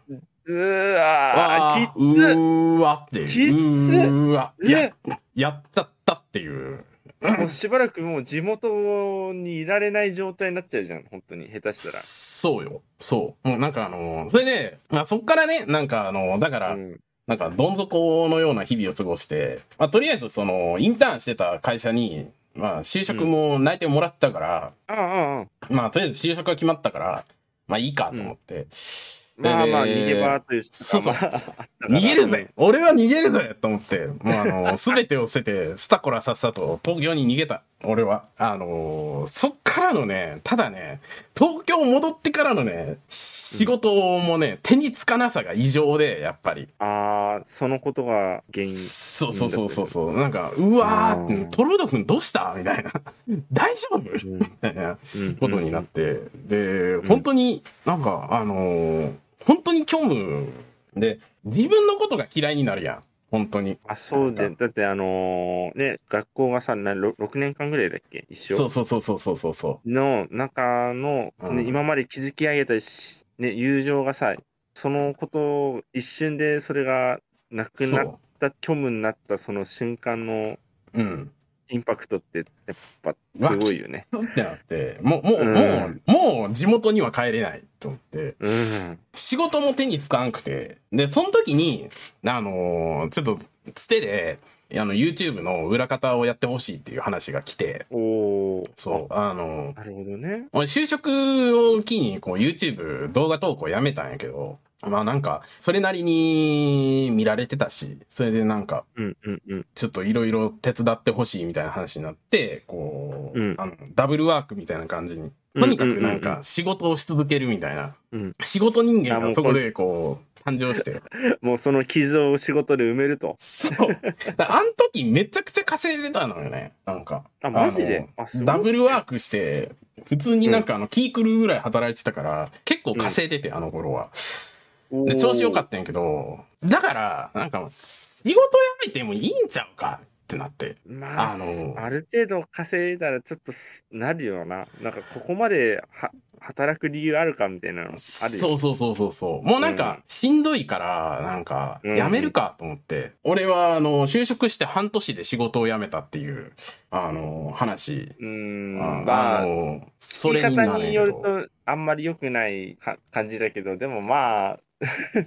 うーわあー、ーきっつうーわってきっついう。うーわ、いやや、、やっちゃったっていう。もうしばらくもう地元にいられない状態になっちゃうじゃん、本当に、下手しそうよ。そう。もうなんかあのーそれで、まあそっからね、なんかあのーだかたら、ら。うん、なんかどん底のような日々を過ごして、まあ、とりあえずそのインターンしてた会社に、まあ、就職も内定もらったから、ああ、ああ。まあとりあえず就職が決まったからまあいいかと思って、まあまあ、えー逃げ場という人そうそうまああったから逃げるぜ俺は逃げるぜと思って、もうあの、すべてを捨てて、スタコラさっさと東京に逃げた。俺は。あのーそっからのね、ただね、東京戻ってからのね、仕事もね、手につかなさが異常で、やっぱり。ああ、そのことが原因。そうそうそうそうそう。なんか、うわーって、トロード君どうしたみたいな。大丈夫み うんたいな。うんことになって、んで本当になんかあのー本当に虚無で自分のことが嫌いになるやん本当にあ、そうなで、んだってあのーね、学校がさ、なろ6年間ぐらいだっけ一そ緒うそうそうそうそうそうその中の、うんね今まで築き上げたし、ね、友情がさ、そのことを一瞬でそれがなうくそなっうた、虚無になったその瞬間のうんインパクトって、やっぱすごいよね。ってなってもうもう、うんもうもう地元には帰れないと思ってうん。仕事も手につかんくてでその時にあのーちょっとつてであの YouTube の裏方をやってほしいっていう話が来ておお。そうあのーなるほどね。俺就職を機にこう YouTube 動画投稿やめたんやけどまあなんかそれなりに見られてたしそれでなんかうんうんうん。ちょっといろいろ手伝ってほしいみたいな話になってこう、うんあのダブルワークみたいな感じにとにかくなんか仕事をし続けるみたいな、うん仕事人間あもうがそこでこう誕生してうんうん うん。もうその傷を仕事で埋めると。そうだからあん時めちゃくちゃ稼いでたのよねなんかあ、マジであ、すごいダブルワークして、普通になんかあの、キークルぐらい働いてたから、結構稼いでて、あの頃は。で、調子良かったんやけど、だから、なんか、仕事辞めてもいいんちゃうかってなって。まあ、あのある程度稼いだらちょっとすなるよな。なんかここまでは働く理由あるかみたいなのあるよ。そうそうそうそうそう。もうなんか、しんどいから、なんか、うん辞めるかと思って。俺は、あの、就職して半年で仕事を辞めたっていう、あの、話。うーん、あまあ、の、そ言いれにな方るんやけどによるとあんまり良くないか感じだけど、でもまあ、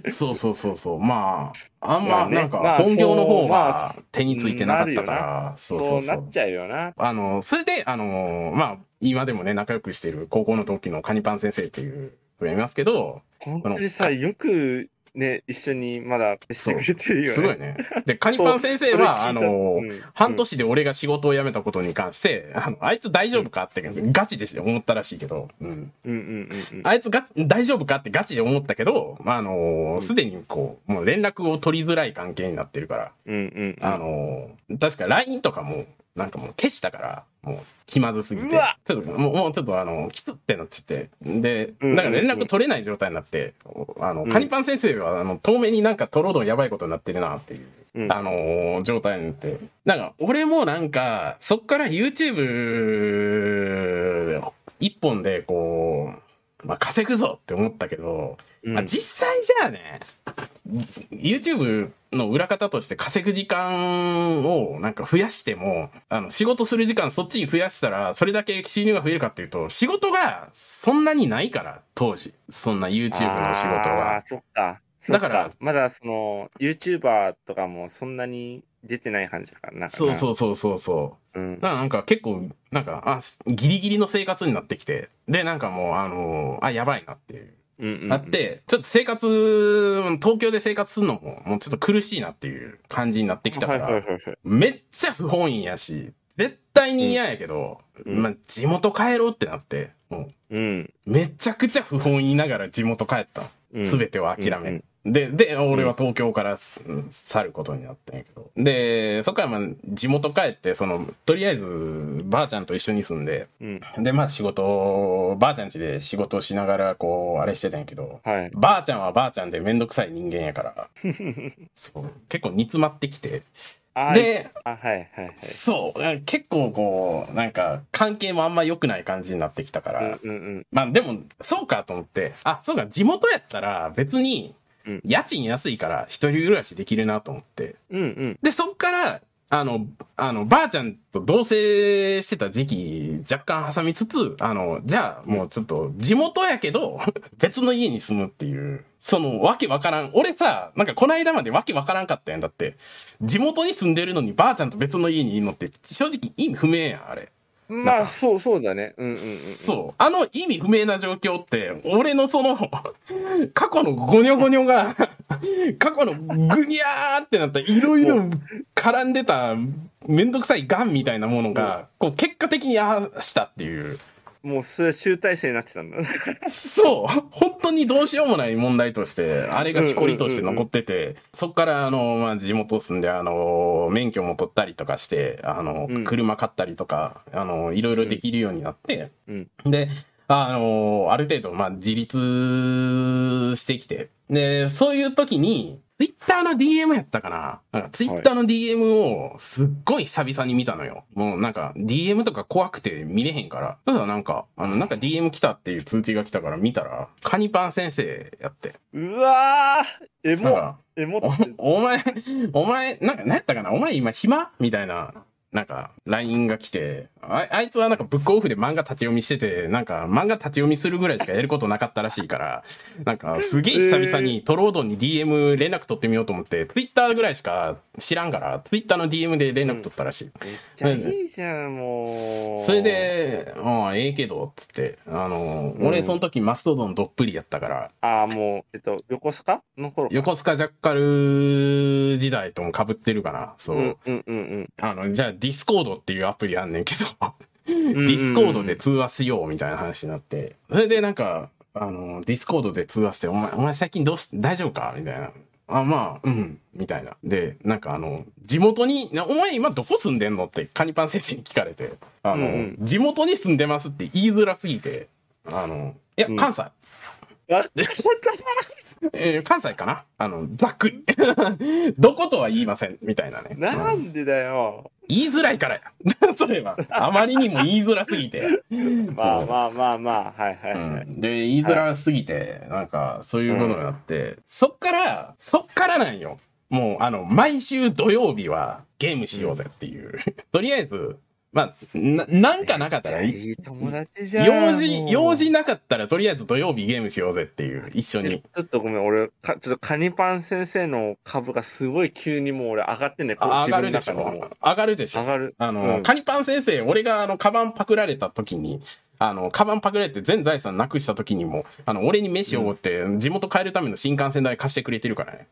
そうそうそうそう。まあ、あんまあま、ねなんまかあ、本業の方まあが手についてなかったから、そそううそうそなっう。ちゃうよな。あの、それで、あの、まあ、今でもね、仲良くしている高校の時のカニパン先生っていう人がいますけど、本当にこさ、のよくね、一緒にまだしてくれてるよね。すごいね。で、カニパン先生 それ聞いは、たあのう、ん半年で俺が仕事を辞めたことに関して、あの、あいつ大丈夫かってガチで思ったらしいけど、うん。うんうんうんうん。あいつガチ大丈夫かってガチで思ったけど、まあ、あの、すでにこう、もう連絡を取りづらい関係になってるから、うんうんうんあのー確か LINE とかも、なんかもう消したから、もう気まずすぎてうわ。ちょっともう、もうちょっとあの、きつってなっちゃって。で、うんうんうんだから連絡取れない状態になって、あの、うんカニパン先生は、あの、透明になんかトロードンやばいことになってるなっていう、う んあのー状態になって。なんか、俺もなんか、そっから YouTube 一本でこう、まあ、稼ぐぞって思ったけど、うんまあ、実際じゃあね YouTube の裏方として稼ぐ時間をなんか増やしてもあの仕事する時間そっちに増やしたらそれだけ収入が増えるかっていうと仕事がそんなにないから当時そんな YouTube の仕事あはーそっか。だからそっまだその、YouTuber とかもそんなに出てない感じだからな。そうう。そうそうそうそううんだ、からなんか結構なんかあすギリギリの生活になってきてでなんかもうあのーあやばいなっていううんうんうんあっ、て、ちょっと生活、東京で生活するのも、もうちょっと苦しいなっていう感じになってきたから、はいはいはいはい。めっちゃ不本意やし、絶対に嫌やけど、うんまあ、地元帰ろうってなって、もうん。う、めちゃくちゃ不本意ながら地元帰ったうんすべてを諦め、うんで、で、俺は東京からうん去ることになったんやけど。で、そっからまあ、地元帰って、その、とりあえず、ばあちゃんと一緒に住んで、うん。で、まあ仕事を、ばあちゃん家で仕事をしながら、こう、あれしてたんやけど、はい。ばあちゃんはばあちゃんでめんどくさい人間や から、そう、結構煮詰まってきて、あーで、あ、はいはいはい。そう、結構こう、なんか関係もあんま良くない感じになってきたから、うんうんまあでも、そうかと思って、あ、そうか、地元やったら別にうん、家賃安いから一人暮らしできるなと思って、うん。うんうん。で、そっから、あの、あの、ばあちゃんと同棲してた時期、若干挟みつつ、あの、じゃあ、もうちょっと、地元やけど、 別の家に住むっていう、その、わけわからん。俺さ、なんかこの間までわけわからんかったやん。だって、地元に住んでるのにばあちゃんと別の家にいるのって、正直意味不明やん、あれ。まあ、そう、そうだね。うんうんうん。そう。あの意味不明な状況って、俺のその、 過去のゴニョゴニョが、 過去のグニャーってなった、いろいろ絡んでた、めんどくさいガンみたいなものが、こう、結果的にああしたっていう。もう、それ集大成になってたんだ。 そう本当にどうしようもない問題として、あれがしこりとして残ってて、そっから、あの、まあ、地元住んで、あの、免許も取ったりとかして、あのうん、車買ったりとか、あの、いろいろできるようになって、うん。で、あのある程度、まあ、自立してきて。で、そういう時に、ツイッターの DM やったかななんかツイッターの DM をすっごい久々に見たのよ。もうなんか DM とか怖くて見れへんから。ただなんか、あの、なんか DM 来たっていう通知が来たから見たら、カニパン先生やって。うわーエなんモか、エモって。おお 前、お前、なんか、何やったかなお前今暇みたいな、なんか、LINE が来て、ああいつはなんかブックオフで漫画立ち読みしてて、なんか漫画立ち読みするぐらいしかやることなかったらしいから、なんかすげえ久々にトロードンに DM 連絡取ってみようと思って、Twitter ぐらいしか知らんから、Twitter の DM で連絡取ったらしい。めっちゃいいじゃん、もう。それ、で、ああ、ええけど、つって、あの、う俺んその時マストドンどっぷりやったから、ああ、もう、えっと、横須賀の頃。横須賀ジャッカル時代とも被ってるから、そうう。んうんうんあの、じゃあディスコードっていうアプリあんねんけど、うん。ディスコードで通話しようみたいな話になって、それでなんか、あの、ディスコードで通話して、お前、お前最近どうし、大丈夫かみたいな。あ、まあ、うん、みたいな。で、なんかあの、地元に、なお前今どこ住んでんのってカニパン先生に聞かれて、あの、うん地元に住んでますって言いづらすぎて、あの、いやう、ん関西。あっえー関西かなあの、ざっくり。 どことは言いません、みたいなね。うん なんでだよ。言いづらいからや。 それは。あまりにも言いづらすぎて。 まあまあまあまあ、はいはいうはい。ん、で、言いづらすぎて、なんか、そういうことになって、そっから、そっからなんよ。もう、あの、毎週土曜日はゲームしようぜっていう。 とりあえず、まあ、な、なんかなかったら、めちゃいい友達じゃん。用事、もう用事なかったら、とりあえず土曜日ゲームしようぜっていう、一緒えに。ちょっとごめん、俺、かちょっとカニパン先生の株がすごい急にもう俺上がってんねこうあ上がるでし自分の中ょ。上がるでしょ上。がる。あの、うんカニパン先生、俺があの、カバンパクられた時に、あの、カバンパクられて全財産なくした時にも、あの、俺に飯をおごって、地元帰るための新幹線代貸してくれてるから ね。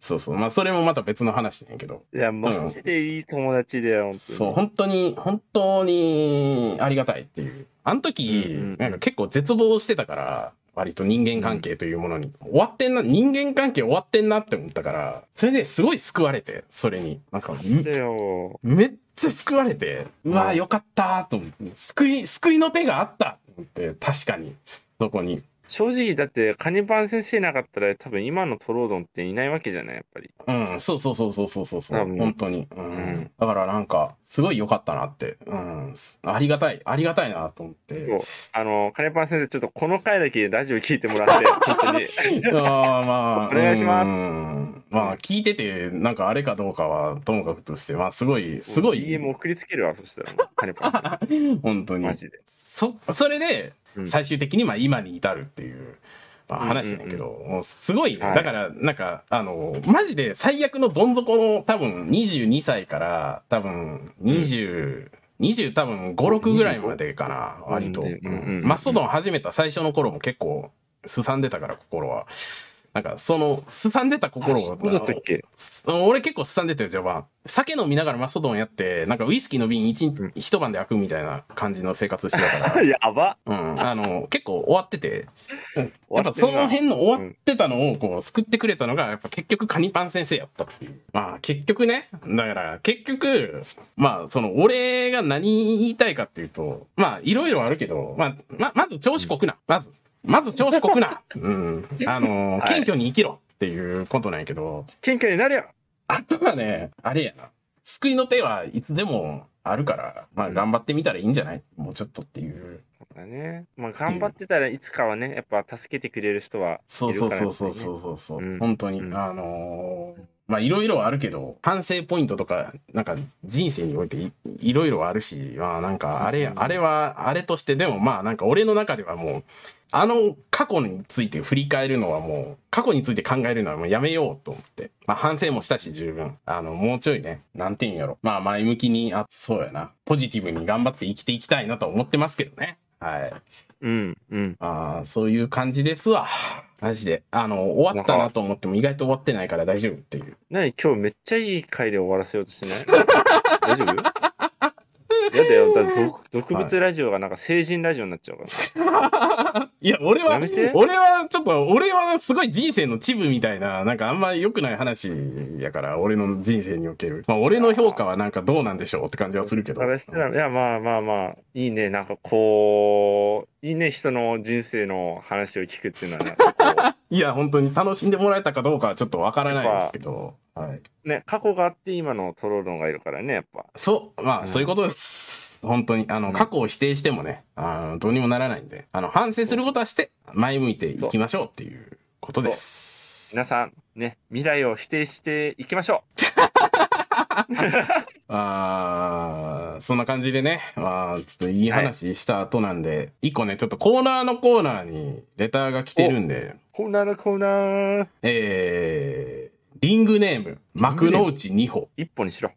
そうそう。まあ、それもまた別の話だけど。いや、マジでいい友達だよ、本当に。そう、本当に、本当に、ありがたいっていう。あの時、うんうんなんか結構絶望してたから、割と人間関係というものに。終わってんな、人間関係終わってんなって思ったから、それですごい救われて、それに。なんか、だよ。めっちゃ救われて、うわーよかったーと思って、救い、救いの手があったと思って、確かに、そこに。正直、だって、カニパン先生いなかったら、多分今のトロードンっていないわけじゃない、やっぱり。うん、そうそうそうそうそうそうそう、多分本当に、うんうんだからなんか、すごい良かったなって、うん、すありがたい、ありがたいなと思って。あの、カニパン先生、ちょっとこの回だけラジオ聞いてもらって、本当に。 ああまあ、 お願いしますうんまあ、聞いてて、なんかあれかどうかは、ともかくとして、まあ、すごい、すごい、 DM 送りつけるわ、そしたらもう、カニパン先本当 生。にマ。ジで。そ、それでう、ん最終的にまあ今に至るっていう、まあ、話だけど、もうすごい、はいだから、なんか、あの、マジで最悪のどん底の多分22歳から多分20、20多分5、6ぐらいまでかな、 25割と。うんうんうんマストドン始めた最初の頃も結構、すさんでたから、心は。なんか、その、すさんでた心あを、そうだったっけ 俺結構すさんでたよ、序盤。酒飲みながらマストドンやって、なんかウイスキーの瓶一日、うん一晩で開くみたいな感じの生活して たかやば。ら、うん、あの、結構終わってて、やっ終わぱってんそなの辺の終わってたのをこう救ってくれたのが、やっぱ結局カニパン先生やったっていう。まあ結局ね、だから結局、まあその俺が何言いたいかっていうと、まあいろいろあるけど、まあ、ま、まず調子こくな。まず、まず調子こくな。うん。あの、はい謙虚に生きろっていうことなんやけど、謙虚になるよ。あとはね、あれやな。救いの手はいつでもあるから、まあ頑張ってみたらいいんじゃないもうちょっとっていう。だね。まあ、頑張ってたらいつかはね、やっぱ助けてくれる人はそういるそかうら、ね。そうそうそうそうそう、うん本当に、うんあのーまあいろいろあるけど、反省ポイントとか、なんか人生においていいろいろあるし、まあなんかあれ、あれは、あれとして、でもまあなんか俺の中ではもう、あの過去について振り返るのはもう、過去について考えるのはもうやめようと思って。まあ反省もしたし十分。あの、もうちょいね、なんて言うんやろ。まあ前向きに、あ、そうやな。ポジティブに頑張って生きていきたいなと思ってますけどね。はい。うん、うん。ああ、そういう感じですわ。マジで。あの、終わったなと思っても意外と終わってないから大丈夫っていう。なに、今日めっちゃいい回で終わらせようとし てない大丈夫やだよ、だって毒毒物ラジオがなんか成人ラジオになっちゃうから。いや、俺はやめて、俺はちょっと、俺はすごい人生のチブみたいな、なんかあんま良くない話やから、俺の人生における。まあ、俺の評価はなんかどうなんでしょうって感じはするけど。からしたら、いや、まあまあまあ、いいね、なんかこう、いいね、人の人生の話を聞くっていうのはね、こいや、本当に楽しんでもらえたかどうかはちょっとわからないですけど。はい。うね、過去があって今のトロロンがいるからね、やっぱ。そう、まうあ、んそういうことです。本当に、あうの、ん過去を否定してもね、あの、どうにもならないんで、あの、反省することはして、前向いていきましょうっていうことです。皆さん、ね、未来を否定していきましょあーそんな感じでね、まあ、ちょっといい話した後なんで、一個ね、ちょっとコーナーのコーナーにレターが来てるんで、うコーナーのコーナーえー、リングネーム、幕の内二歩。一歩にしろ。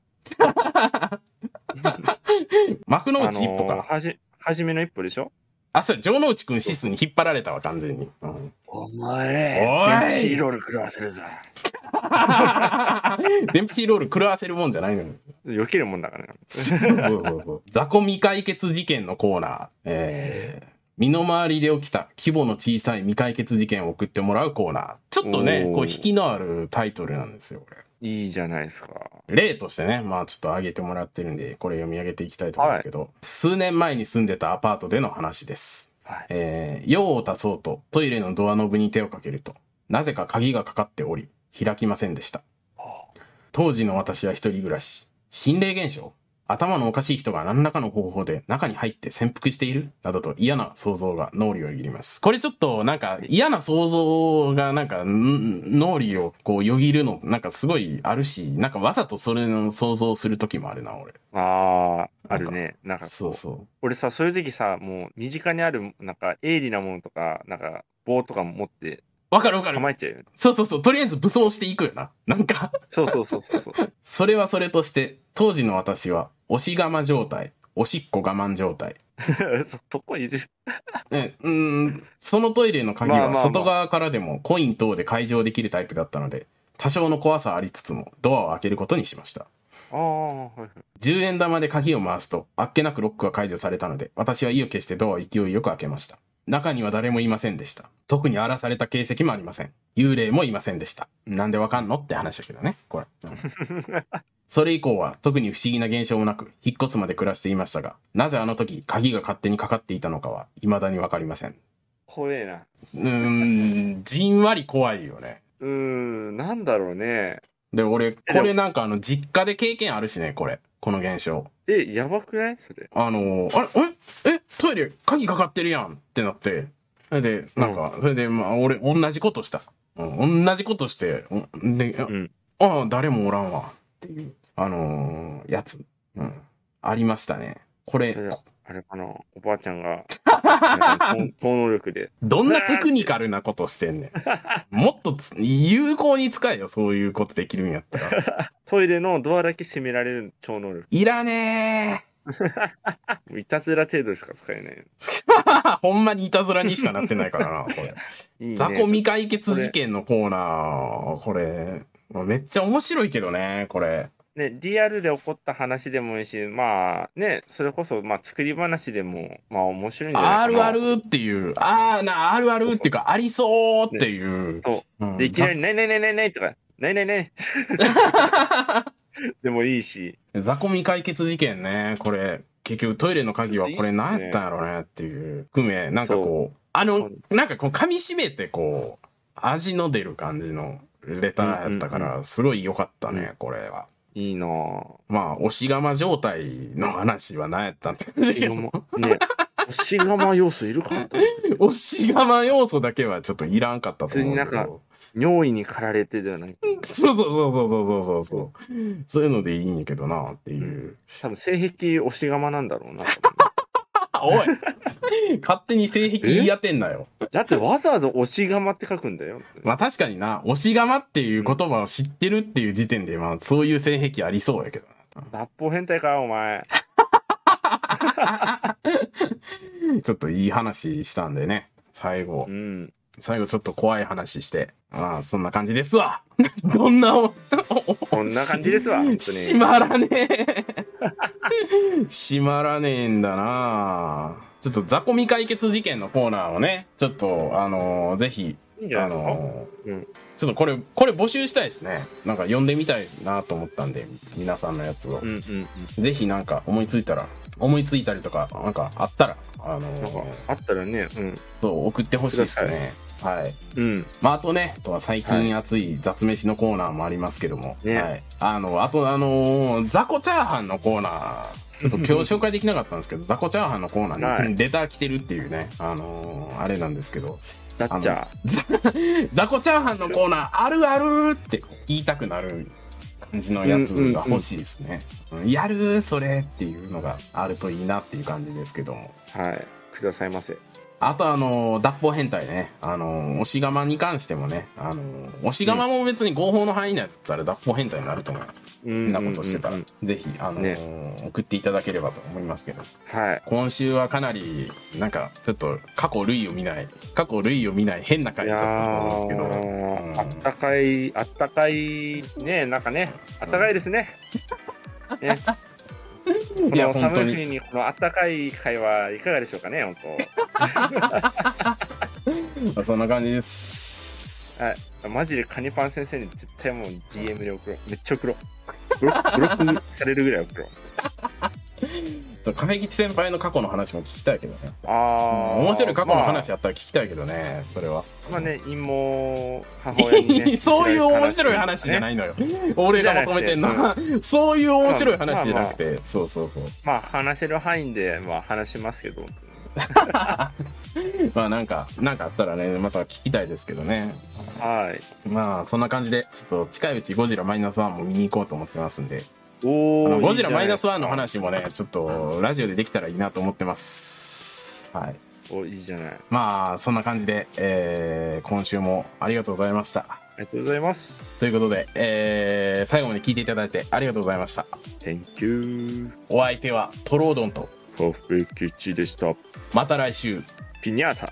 幕の内一歩あのか。はじ、はじめの一歩でしょあ、そう、城之内くんシスに引っ張られたわ、完全に。うん お前おい電池ロール食らわせるぞ。デンプシーロール狂わせるもんじゃないのよ。避けるもんだからね。そうそうそう 雑魚未解決事件のコーナー。えー身の回りで起きた規模の小さい未解決事件を送ってもらうコーナー。ちょっとねおー、こう引きのあるタイトルなんですよ、これ。いいじゃないですか。例としてね、まあちょっと挙げてもらってるんで、これ読み上げていきたいと思うんですけど、数年前に住んでたアパートでの話です。はい。えー用を足そうとトイレのドアノブに手をかけると、なぜか鍵がかかっており、開きませんでしたあ。当時の私は一人暮らし。心霊現象頭のおかしい人が何らかの方法で中に入って潜伏しているなどと嫌な想像が脳裏をよぎります。これちょっとなんか嫌な想像がなんかん脳裏をこうよぎるのなんかすごいあるし、なんかわざとそれの想像する時もあるな、俺。ああ、あるね。なんかこうそうそう。俺さ、そういう時期さ、もう身近にある、なんか鋭利なものとか、なんか棒とか持ってわかるわかる。構えちゃうよね。そうそうそう。とりあえず武装していくよな。なんか。そうそうそうそうそう。 それはそれとして、当時の私は、押し我慢状態、おしっこ我慢状態。そどこいるえうーん、そのトイレの鍵まあまあはまあ外側からでもコイン等で解錠できるタイプだったので、多少の怖さはありつつも、ドアを開けることにしました。ああ、はいはい。 10円玉で鍵を回すと、あっけなくロックが解除されたので、私は意を決してドアを勢いよく開けました。中には誰もいませんでした。特に荒らされた形跡もありません。幽霊もいませんでした。なんでわかんのって話だけどね、これ。うん それ以降は特に不思議な現象もなく、引っ越すまで暮らしていましたが、なぜあの時鍵が勝手にかかっていたのかは、未だにわかりません。怖えな。うーん、じんわり怖いよね。うーん、なんだろうね。で、俺、こえでもれなんかあの、実家で経験あるしね、これ。この現象。え、やばくないそれ。あのあれ、え、え、トイレ鍵かかってるやんってなって、それで、なんか、それで、まあ、俺、同じことした。うん同じことして、うんで、んああ、誰もおらんわ、っていう、あのーやつ、うん、ありましたね。これそ、れあれかなおばあちゃん が、なんか超超能力で。どんなテクニカルなことしてんね ん。もっとつ有効に使えよ、そういうことできるんやったら。トイレのドアだけ閉められる超能力。いらねもういたずら程度しか使えない。え。 ほんまにいたずらにしかなってないからな、これ。いいね、雑魚未解決事件のコーナー、これ、めっちゃ面白いけどね、これ。ね、リアルで起こった話でもいいし、まあね、それこそ、まあ作り話でも、まあ面白いんじゃあないかるな。あるっていう、あーな、あるあるっていうか、ありそうっていう。そうんで、いきなり、ないないないないないとか、ないな いない。でもいいし、ざ雑魚未解決事件ね、これ、結局トイレの鍵はこれ何やったんやろうねっていう、含め、なんかこう、あの、なんかこう噛み締めてこう、味の出る感じのレターやったかうんうら、すごい良かったね、これは。いいなぁ。まあ、押し釜状態の話は何やったんって感じだけど色もね、星釜要素いるかなと思って押し釜要素だけはちょっといらんかったと思うけど。普通になんか尿意に駆られてじゃない。そうそうそうそうそうそうそう。そういうのでいいんやけどなっていう。多分性癖押し釜なんだろうな。 あおい勝手に性癖言い当てんなよ。だってわざわざ押し釜って書くんだよ。まあ確かにな、押し釜っていう言葉を知ってるっていう時点で、まあそういう性癖ありそうやけどな。脱法変態か、お前。ちょっといい話したんでね。最後う、 ん。最後ちょっと怖い話して。まあそんな感じです わ。どんなお、こんな感じですわ、本当閉に。まらねえ。 閉まらねえんだなちょっと雑魚未解決事件のコーナーをね、ちょっと、あのーぜひ、いいんじあゃないですか。のーうんちょっとこれ、これ募集したいですね。なんか呼んでみたいなと思ったんで、皆さんのやつをう。んうんぜひなんか思いついたら、思いついたりとか、なんかあったら、あのうん。なんかー、あったらね、うん。そう送ってほしいですね。はい。うん。まあ、あとね、あとは最近熱い雑飯のコーナーもありますけども、ねはい。あの、あと、あのー雑魚チャーハンのコーナー、ちょっと今日紹介できなかったんですけど、雑魚チャーハンのコーナーに、はいレター来てるっていうね、あのーあれなんですけど、だっちゃ。雑魚チャーハンのコーナーあるあるって言いたくなる感じのやつが欲しいですね。うんやるーそれっていうのがあるといいなっていう感じですけども。はい。くださいませ。あとあのー、脱法変態ね。あのー、押し釜に関してもね。あのー、押し釜も別に合法の範囲内だったら脱法変態になると思います。うんそんなことしてたらうんうん。ぜひ、あのー、送っていただければと思いますけど。はい。今週はかなり、なんか、ちょっと過去類を見ない、過去類を見ない変な回いだやったと思うんですけど。ー、あうんったかい、あったかい、ね、なんかね、あったかいですね。ね、こいや、の本当寒いに。冬にこのあったかい会はいかがでしょうかね、本そんな感じです。はい当。マジでカニパン先生に絶対もう DM で送ろう。めっちゃ送ろう。ブロブロックされるぐらい送ろう。ちょっと亀吉先輩の過去の話も聞きたいけどね。ああ。面白い過去の話まやったら聞きたいけどね、それは。あ、まあね、陰謀、母親に ね。。そういう面白い話じゃないいのよ。俺が求めてんのは、そういう面白い話じゃなくて、そうそうそう。まあ、話せる範囲で、まあ、話しますけど。まあなんか、なんかあったらね、また聞きたいですけどね。はい。まあそんな感じで、ちょっと近いうちゴジラマイナスワンも見に行こうと思ってますんで、あおのー。ゴジラマイナスワンのいいじゃない話もね、ちょっとラジオでできたらいいなと思ってます。はい。お、いいじゃない。まあそんな感じで、えー今週もありがとうございました。ありがとうございます。ということで、えー最後まで聞いていただいてありがとうございました。 Thank you. お相手はトロードンと、パーフェクチでした。また来週。ピニャータ。